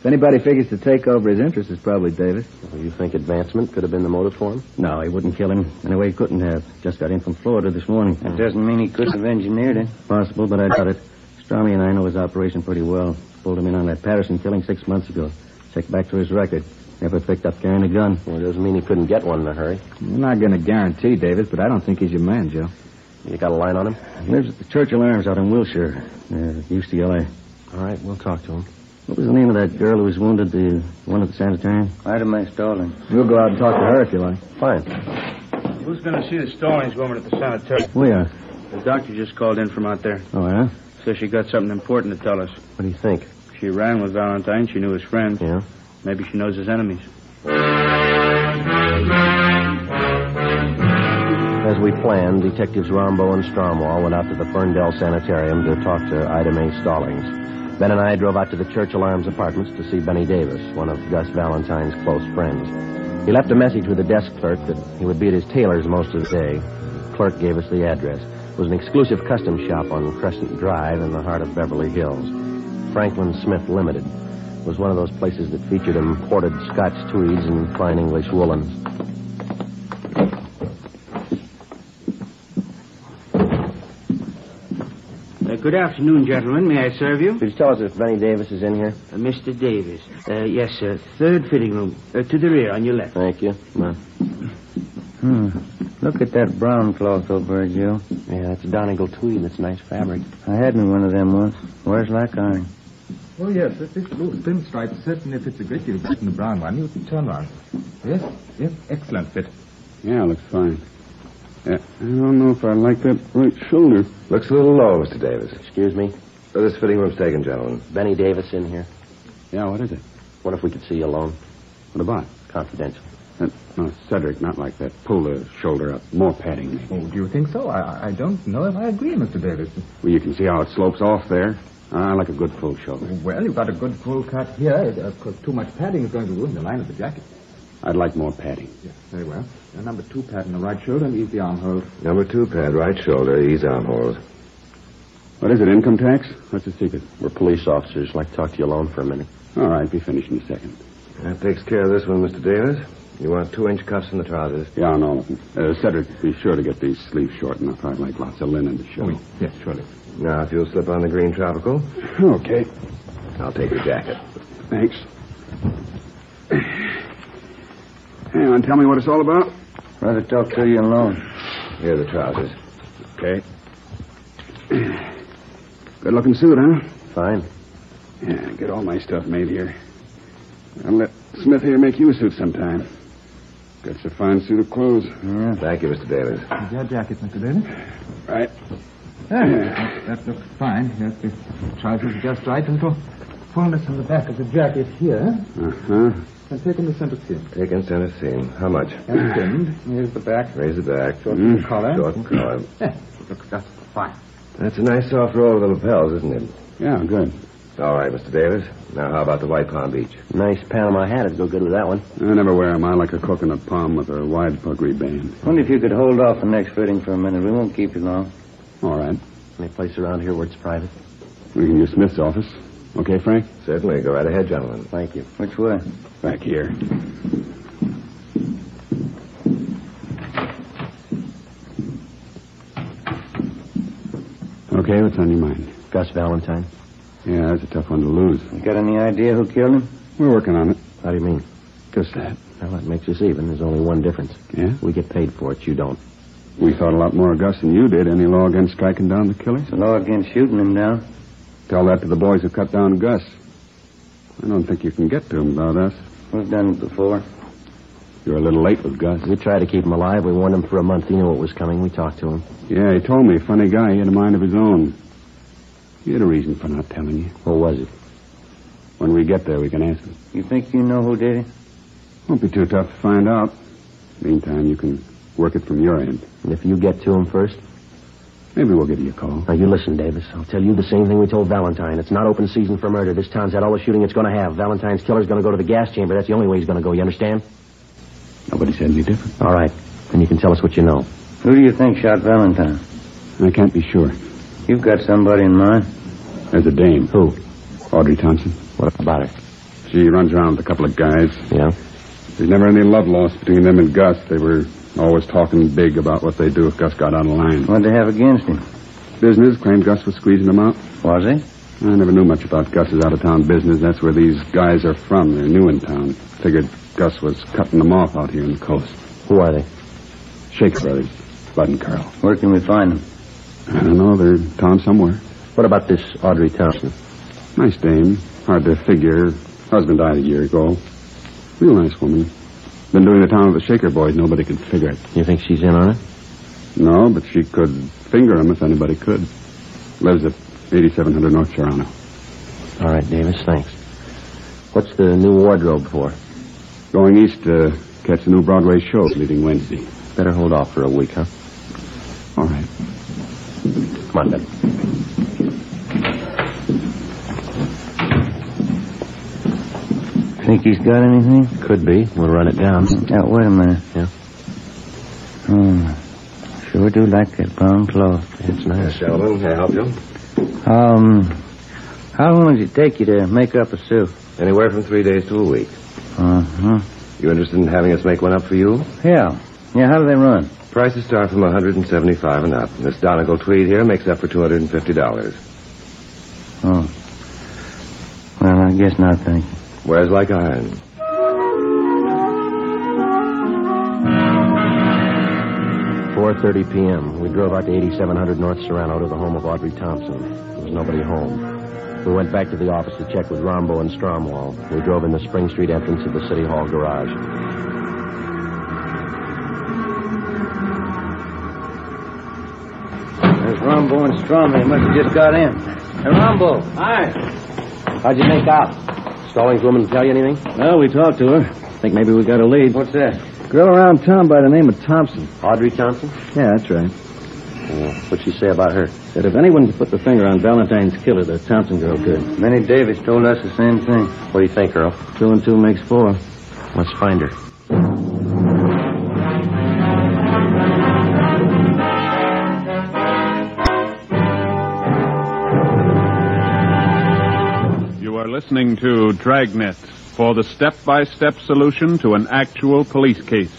If anybody figures to take over his interest, it's probably Davis.
Well, you think advancement could have been the motive for him?
No, he wouldn't kill him. Anyway, he couldn't have. Just got in from Florida this morning.
That doesn't mean he couldn't have engineered it.
Possible, but I doubt it. Strami and I know his operation pretty well. Pulled him in on that Patterson killing six months ago. Checked back to his record. Never picked up carrying a gun.
Well, it doesn't mean he couldn't get one in a hurry.
I'm not going to guarantee Davis, but I don't think he's your man, Joe.
You got a line on him?
He lives at the Churchill Arms out in Wilshire, uh, near UCLA.
All right, we'll talk to him.
What was the name of that girl who was wounded, the one at the sanitarium?
Ida Mae Stalling.
We'll go out and talk to her if you like.
Fine.
Who's going to see the Stallings woman at the sanitarium?
We are.
The doctor just called in from out there.
Oh, yeah?
Says she got something important to tell us.
What do you think?
She ran with Valentine. She knew his friends.
Yeah?
Maybe she knows his enemies.
As we planned, Detectives Rombo and Stromwall went out to the Ferndale Sanitarium to talk to Ida Mae Stallings. Ben and I drove out to the Churchill Arms apartments to see Benny Davis, one of Gus Valentine's close friends. He left a message with the desk clerk that he would be at his tailor's most of the day. The clerk gave us the address. It was an exclusive custom shop on Crescent Drive in the heart of Beverly Hills. Franklin Smith Limited was one of those places that featured imported Scotch tweeds and fine English woolens.
Uh, good afternoon, gentlemen. May I serve you?
Could you tell us if Benny Davis is in here?
Uh, Mr. Davis. Uh, yes, sir. Third fitting room. Uh, to the rear, on your left.
Thank you. No.
Hmm. Look at that brown cloth over there, Joe.
Yeah, that's Donegal tweed. That's nice fabric.
I had me one of them once. Where's like iron?
Oh, yes, if it's blue pinstripe, certain if it's a great deal better than the brown one, you turn round. Yes, yes, excellent fit.
Yeah, looks fine. Yeah, I don't know if I like that right shoulder.
Looks a little low, Mr. Davis.
Excuse me?
Uh, This fitting room's taken, gentlemen.
Benny Davis in here?
Yeah, what is it?
What if we could see you alone?
What about?
Confidential.
Uh, no, Cedric, not like that. Pull the shoulder up. More padding.
Oh, do you think so? I, I don't know if I agree, Mr. Davis.
Well, you can see how it slopes off there. I like a good full shoulder.
Well, you've got a good full cut here. Uh, Of course, too much padding is going to ruin the line of the jacket.
I'd like more padding.
Very well. Now, number two pad in the right shoulder and ease the armhole.
Number two pad, right shoulder, ease armholes.
What is it, income tax? What's the secret?
We're police officers. Like to talk to you alone for a minute.
All right, be finished in a second.
That takes care of this one, Mr. Davis. You want two inch cuffs in the trousers.
Yeah, on all of them. Uh, Cedric, be sure to get these sleeves short enough. I'd like lots of linen to show. Oh,
yes, surely.
Now, if you'll slip on the green tropical,
Okay.
I'll take your jacket.
Thanks. Hey, and tell me what it's all about.
Rather talk to you alone. Here are the trousers.
Okay. Good looking suit, huh?
Fine.
Yeah, get all my stuff made here. I'll let Smith here make you a suit sometime. That's a fine suit of clothes.
Yeah, thank you, Mr. Davis.
Is your jacket, Mr. Davis?
Right.
Yeah, that, that looks fine. Yes, the trousers are just right. A little fullness in the back of the jacket here.
Uh-huh.
And take in the center seam.
Taken center seam. How much?
And pinned. Here's the back.
Raise it back. Mm-hmm.
Short collar.
Short collar.
Yeah, looks just fine.
That's a nice soft roll of the lapels, isn't it?
Yeah, good.
All right, Mr. Davis. Now, how about the White Palm Beach?
Nice Panama hat would go good with that one.
I never wear 'em. I like a coconut palm with a wide puckery band.
Wonder if you could hold off the next fitting for a minute. We won't keep you long.
All right.
Any place around here where it's private?
We can use Smith's office. Okay, Frank?
Certainly. Go right ahead, gentlemen.
Thank you.
Which way?
Back here. Okay, what's on your mind?
Gus Valentine.
Yeah, that's a tough one to lose.
You got any idea who killed him?
We're working on it.
How do you mean?
Just that.
Well, that makes us even. There's only one difference.
Yeah?
We get paid for it. You don't.
We thought a lot more of Gus than you did. Any law against striking down the killer?
It's a law against shooting him down.
Tell that to the boys who cut down Gus. I don't think you can get to him without us.
We've done it before.
You're a little late with Gus.
We tried to keep him alive. We warned him for a month. He knew what was coming. We talked to him.
Yeah, he told me. Funny guy. He had a mind of his own. You had a reason for not telling you.
What was it?
When we get there, we can ask him.
You think you know who did it?
Won't be too tough to find out. Meantime, you can work it from your end.
And if you get to him first,
Maybe we'll give you a call.
now you listen, Davis. I'll tell you the same thing we told Valentine. It's not open season for murder. This town's had all the shooting it's going to have. Valentine's killer's going to go to the gas chamber. That's the only way he's going to go. You understand?
Nobody said any different.
All right. Then you can tell us what you know.
Who do you think shot Valentine?
I can't be sure.
You've got somebody in mind.
There's a dame.
Who?
Audrey Thompson.
What about her?
She runs around with a couple of guys.
Yeah.
There's never any love lost between them and Gus. They were always talking big about what they'd do if Gus got on the line.
What'd they have against him?
Business claimed Gus was squeezing them out.
Was he?
I never knew much about Gus's out of town business. That's where these guys are from. They're new in town. Figured Gus was cutting them off out here on the coast.
Who are they?
Shake Brothers, Bud and Carl.
Where can we find him?
I don't know. They're in town somewhere.
What about this Audrey Thompson?
Nice dame. Hard to figure. Husband died a year ago. Real nice woman. Been doing the town with the Shaker boys. Nobody could figure it.
You think she's in on it?
No, but she could finger him if anybody could. Lives at 8700 North Toronto.
All right, Davis. Thanks. What's the new wardrobe for?
Going east to catch the new Broadway show leaving Wednesday.
Better hold off for a week, huh?
All right.
Come on, Ben.
Think he's got anything?
Could be. We'll run it down.
Now, wait a minute.
Yeah.
Hmm. Sure do like that brown cloth.
It's nice.
Yes, gentlemen, can I help you?
Um, how long does it take you to make up a suit?
Anywhere from three days to a week.
Uh-huh.
You interested in having us make one up for you?
Yeah. Yeah, how do they run?
Prices start from 175 and up. This Donegal tweed here makes up for $250.
Oh. Well, I guess not, thank you.
Wears like iron.
Four thirty p.m. We drove out to eighty-seven hundred North Serrano to the home of Audrey Thompson. There was nobody home. We went back to the office to check with Rombo and Stromwall. We drove in the Spring Street entrance of the City Hall garage.
There's Rombo and Strom. They must have just got in. Hey, Rombo. Hi. How'd you make out?
Stallings woman tell you anything? No, we talked to her. Think maybe we got a lead. What's that?
Girl around town by the name of Thompson.
Audrey Thompson?
Yeah, that's right.
Yeah. What'd she say about her? That if anyone could put the finger on Valentine's killer, the Thompson girl could.
Minnie Davis told us the same thing.
What do you think, girl?
Two and two makes four.
Let's find her.
You are listening to Dragnet for the step by step solution to an actual police case.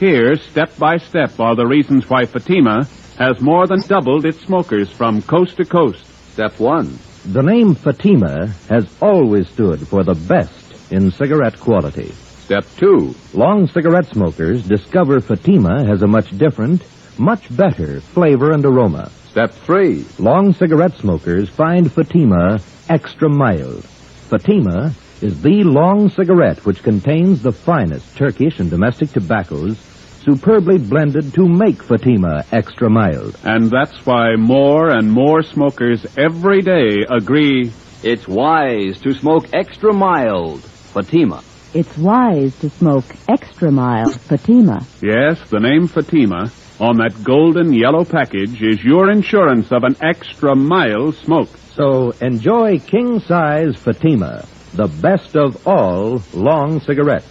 Here, step by step, are the reasons why Fatima has more than doubled its smokers from coast to coast.
Step one.
The name Fatima has always stood for the best in cigarette quality.
Step two.
Long cigarette smokers discover Fatima has a much different, much better flavor and aroma.
Step three.
Long cigarette smokers find Fatima extra mild. Fatima is the long cigarette which contains the finest Turkish and domestic tobaccos superbly blended to make Fatima extra mild.
And that's why more and more smokers every day agree
it's wise to smoke extra mild Fatima.
It's wise to smoke extra mild Fatima.
Yes, the name Fatima on that golden yellow package is your insurance of an extra mild smoke.
So enjoy king size Fatima, the best of all long cigarettes.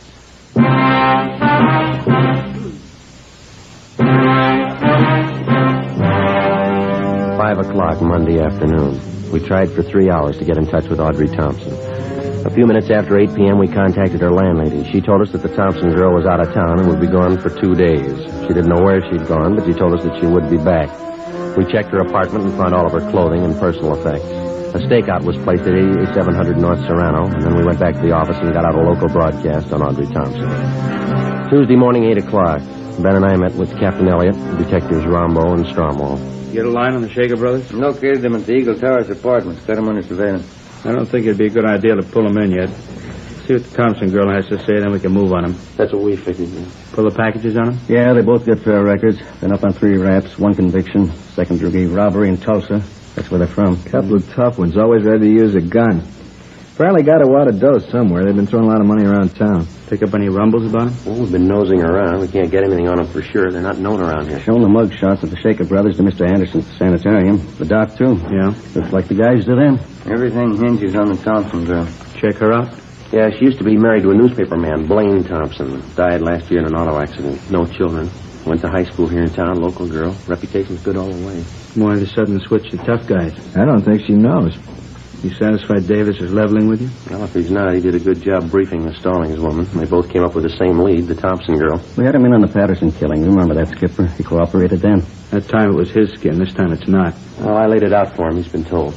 Five o'clock Monday afternoon. We tried for three hours to get in touch with Audrey Thompson. A few minutes after 8 p.m., we contacted her landlady. She told us that the Thompson girl was out of town and would be gone for two days. She didn't know where she'd gone, but she told us that she would be back. We checked her apartment and found all of her clothing and personal effects. A stakeout was placed at 8700 North Serrano, and then we went back to the office and got out a local broadcast on Audrey Thompson. Tuesday morning, 8 o'clock, Ben and I met with Captain Elliott, Detectives Rombo, and Stromwell.
Get a line on the Shaker brothers?
Located them at the Eagle Towers apartments. Got them under surveillance.
I don't think it'd be a good idea to pull them in yet. See what the Thompson girl has to say, then we can move on them.
That's what we figured.
Pull the packages on them?
Yeah, they both got fair records. Been up on three raps, one conviction, second degree robbery in Tulsa. That's where they're from.
Couple of tough ones, always ready to use a gun. Probably got a wad of dough somewhere. They've been throwing a lot of money around town.
Pick up any rumbles about them?
Well, we've been nosing around. We can't get anything on them for sure. They're not known around here.
Shown the mug shots of the Shaker brothers to Mr. Anderson at the sanitarium. The doc, too.
Yeah.
Looks like the guys did in.
Everything hinges on the Thompson girl.
Check her out?
Yeah, she used to be married to a newspaper man, Blaine Thompson. Died last year in an auto accident. No children. Went to high school here in town, local girl. Reputation's good all the way.
Why the sudden switch to tough guys?
I don't think she knows.
You satisfied Davis is leveling with you?
Well, if he's not, he did a good job briefing the Stallings woman. They both came up with the same lead, the Thompson girl.
We had him in on the Patterson killing. You remember that, Skipper? He cooperated then.
That time it was his skin. This time it's not.
Well, I laid it out for him. He's been told.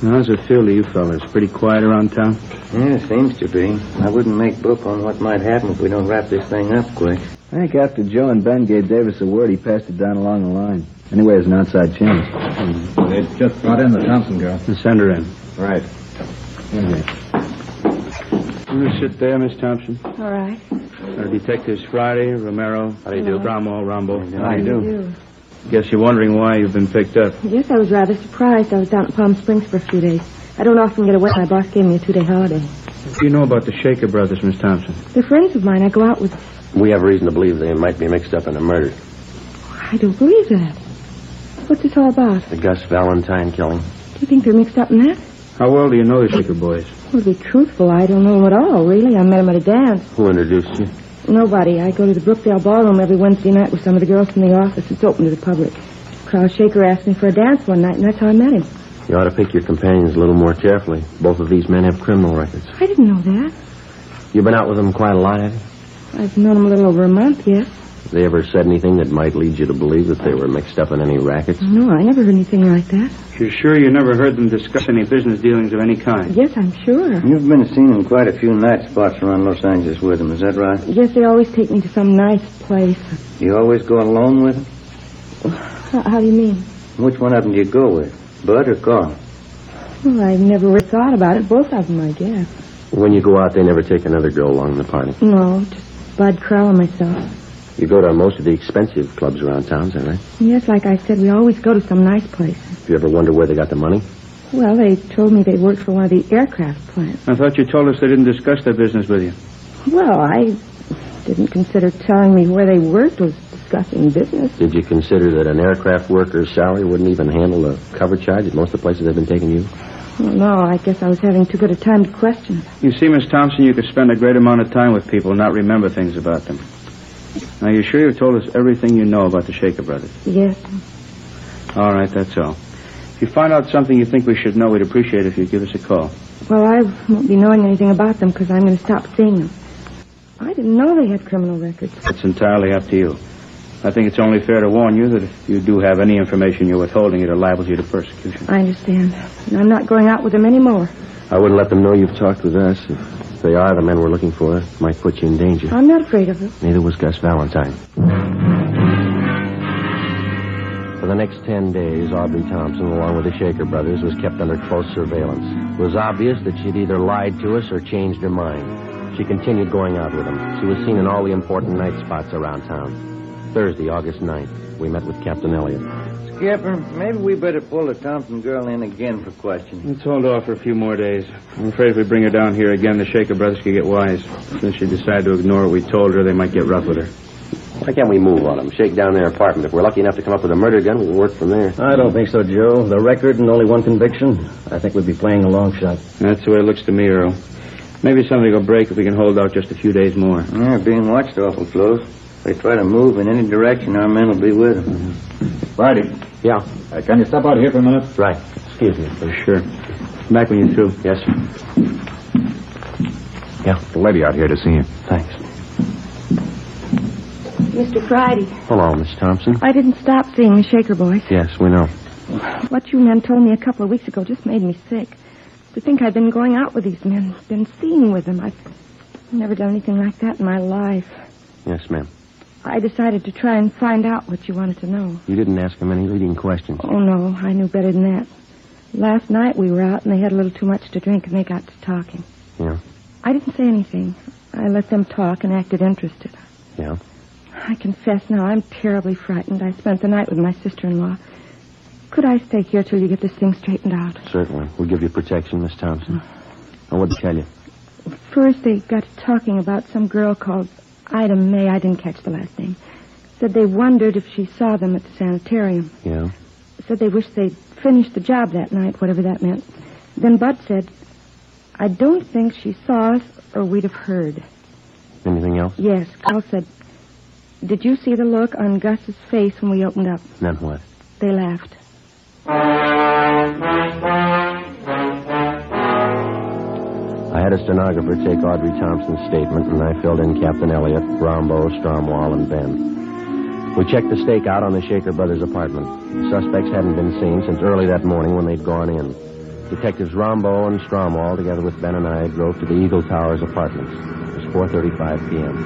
Now, how's it feel to you fellas? Pretty quiet around town?
Yeah, seems to be. I wouldn't make book on what might happen if we don't wrap this thing up quick.
I think after Joe and Ben gave Davis a word, he passed it down along the line. Anyway, it's an outside chance.
They just brought in the Thompson girl.
Send her in.
Right.
You just sit there, Miss Thompson.
All right.
Our detectives Friday, Romero. How do
you do?
Bromo, Rombo.
How do you do?
Guess you're wondering why you've been picked up.
Yes, I was rather surprised. I was down at Palm Springs for a few days. I don't often get away. My boss gave me a two-day holiday.
What do you know about the Shaker brothers, Miss Thompson?
They're friends of mine. I go out with.
We have reason to believe they might be mixed up in a murder.
I don't believe that. What's this all about?
The Gus Valentine killing.
Do you think they're mixed up in that?
How well do you know the Shaker boys?
Well, to be truthful, I don't know them at all. Really, I met them at a dance.
Who introduced you?
Nobody. I go to the Brookdale Ballroom every Wednesday night with some of the girls from the office. It's open to the public. Carl Shaker asked me for a dance one night, and that's how I met him.
You ought to pick your companions a little more carefully. Both of these men have criminal records.
I didn't know that.
You've been out with them quite a lot, have you?
I've known him a little over a month, yes.
They ever said anything that might lead you to believe that they were mixed up in any rackets?
No, I never heard anything like that.
You're sure you never heard them discuss any business dealings of any kind?
Yes, I'm sure.
You've been seen in quite a few night spots around Los Angeles with them, is that right?
Yes, they always take me to some nice place.
You always go alone with them?
How, how do you mean?
Which one of them do you go with? Bud or Carl?
Well, I've never really thought about it. Both of them, I guess.
When you go out, they never take another girl along the party.
No, just Bud Crowell and myself.
You go to most of the expensive clubs around town, is that right?
Yes, like I said, we always go to some nice place.
If you ever wonder where they got the money?
Well, they told me they worked for one of the aircraft plants.
I thought you told us they didn't discuss their business with you.
Well, I didn't consider telling me where they worked was discussing business.
Did you consider that an aircraft worker's salary wouldn't even handle the cover charge at most of the places they've been taking you?
Well, no, I guess I was having too good a time to question it.
You see, Miss Thompson, you could spend a great amount of time with people and not remember things about them. Now, you sure you've told us everything you know about the Shaker brothers?
Yes.
All right, that's all. If you find out something you think we should know, we'd appreciate it if you'd give us a call.
Well, I won't be knowing anything about them because I'm going to stop seeing them. I didn't know they had criminal records.
It's entirely up to you. I think it's only fair to warn you that if you do have any information you're withholding, it'll liable you to persecution.
I understand. And I'm not going out with them anymore.
I wouldn't let them know you've talked with us. If they are the men we're looking for, it might put you in danger.
I'm not afraid of them.
Neither was Gus Valentine. For the next ten days, Aubrey Thompson, along with the Shaker brothers, was kept under close surveillance. It was obvious that she'd either lied to us or changed her mind. She continued going out with them. She was seen in all the important night spots around town. Thursday, August 9th, we met with Captain Elliott.
Skipper, maybe we better pull the Thompson girl in again for questioning.
Let's hold off for a few more days. I'm afraid if we bring her down here again, the Shaker brothers could get wise. Since she decided to ignore what we told her, they might get rough with her.
Why can't we move on them? Shake down their apartment. If we're lucky enough to come up with a murder gun, we can work from there.
I don't think so, Joe. The record and only one conviction. I think we'd be playing a long shot.
That's the way it looks to me, Earl. Maybe something will break if we can hold out just a few days more.
They're being watched awful close. If they try to move in any direction, our men will be with them.
Friday.
Yeah.
Uh, can you step out here for a minute?
Right. Excuse me.
For sure. Back when you're through.
Yes, sir. Yeah.
The lady out here to see you.
Thanks.
Mr. Friday,
Hello, Miss Thompson.
I didn't stop seeing the Shaker boys.
Yes, we know.
What you men told me a couple of weeks ago just made me sick. To think I've been going out with these men, been seen with them. I've never done anything like that in my life.
Yes, ma'am.
I decided to try and find out what you wanted to know.
You didn't ask him any leading questions.
Oh, no, I knew better than that. Last night we were out and they had a little too much to drink and they got to talking.
Yeah.
I didn't say anything. I let them talk and acted interested.
Yeah.
I confess now, I'm terribly frightened. I spent the night with my sister in law. Could I stay here till you get this thing straightened out?
Certainly. We'll give you protection, Miss Thompson. I would tell you.
First, they got to talking about some girl called Ida May. I didn't catch the last name. Said they wondered if she saw them at the sanitarium.
Yeah.
Said they wished they'd finished the job that night, whatever that meant. Then Bud said, I don't think she saw us or we'd have heard.
Anything else?
Yes, Carl said, Did you see the look on Gus's face when we opened up?
Then what?
They laughed.
I had a stenographer take Audrey Thompson's statement, and I filled in Captain Elliott, Rombo, Stromwall, and Ben. We checked the stakeout on the Shaker brothers' apartment. The suspects hadn't been seen since early that morning when they'd gone in. Detectives Rombo and Stromwall, together with Ben and I, drove to the Eagle Towers apartments. It was 4.35 p.m.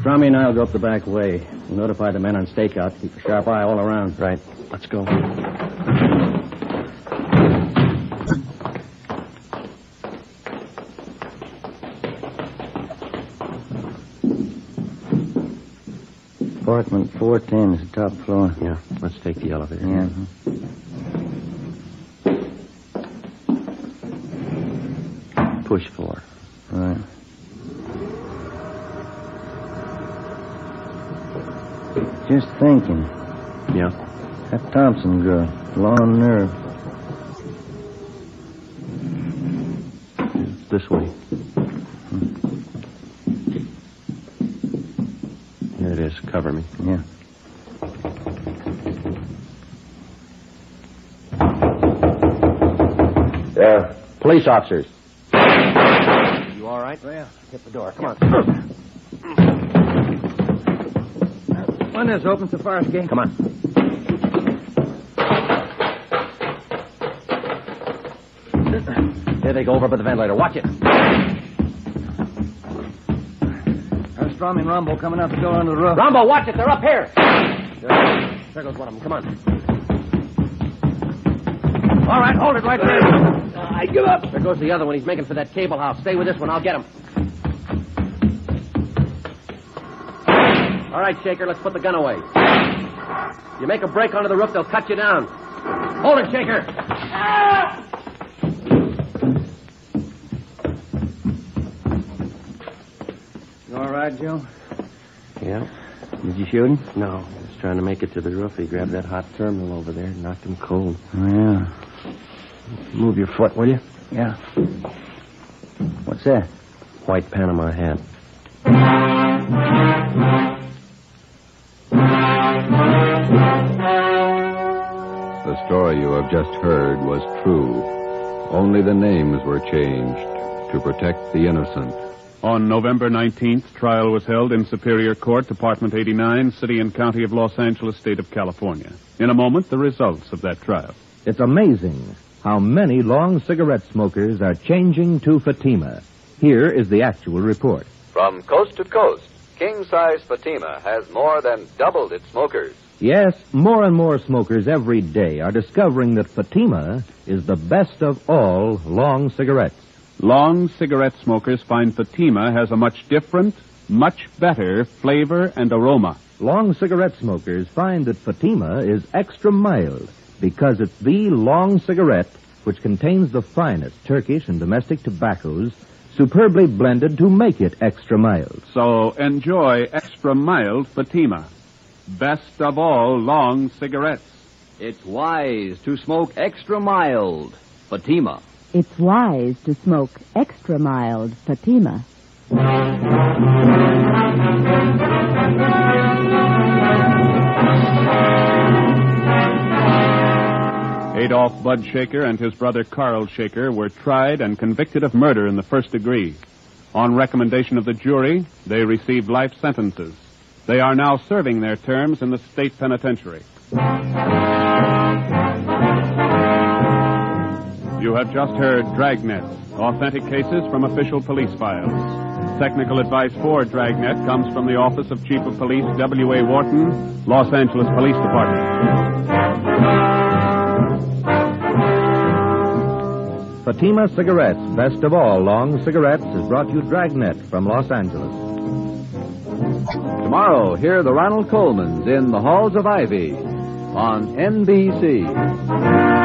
Strami and I'll go up the back way. We'll notify the men on stakeout. Keep a sharp eye all around.
Right. Let's go.
Apartment 410 is the top floor.
Yeah, let's take the elevator.
Yeah.
Push floor.
Right. Just thinking.
Yeah?
That Thompson girl, long nerve.
This way. Here it is. Cover me.
Yeah.
Yeah. Uh, Police officers.
You all
Oh,
right? Yeah. Hit the door. Come
on.
One is open so far as game.
Come on.
Here they go over by the ventilator. Watch it.
There's Strom and Rumble coming out the door under the roof.
Rombo, watch it. They're up here.
There goes one of them. Come on.
All right, hold it right there.
I give up. There goes the other one. He's making for that cable house. Stay with this one. I'll get him. All right, Shaker, let's put the gun away. You make a break onto the roof, they'll cut you down.
Hold it, Shaker.
You all right, Joe?
Yeah?
Did you shoot him?
No. He was trying to make it to the roof. He grabbed that hot terminal over there and knocked him cold.
Oh, yeah. Move your foot, will you? Yeah. What's that?
White Panama hat.
The story you have just heard was true. Only the names were changed to protect the innocent.
On November 19th, trial was held in Superior Court, Department 89, City and County of Los Angeles, State of California. In a moment, the results of that trial.
It's amazing how many long cigarette smokers are changing to Fatima. Here is the actual report.
From coast to coast, king size Fatima has more than doubled its smokers.
Yes, more and more smokers every day are discovering that Fatima is the best of all long cigarettes.
Long cigarette smokers find Fatima has a much different, much better flavor and aroma.
Long cigarette smokers find that Fatima is extra mild because it's the long cigarette which contains the finest Turkish and domestic tobaccos superbly blended to make it extra mild.
So enjoy extra mild Fatima. Best of all long cigarettes.
It's wise to smoke extra mild. Fatima.
It's wise to smoke extra mild Fatima.
Adolf Bud Shaker and his brother Carl Shaker were tried and convicted of murder in the first degree. On recommendation of the jury, they received life sentences. They are now serving their terms in the state penitentiary. You have just heard Dragnet, authentic cases from official police files. Technical advice for Dragnet comes from the Office of Chief of Police W.A. Wharton, Los Angeles Police Department.
Fatima Cigarettes, best of all long cigarettes, has brought you Dragnet from Los Angeles.
Tomorrow, hear the Ronald Colemans in the Halls of Ivy on NBC.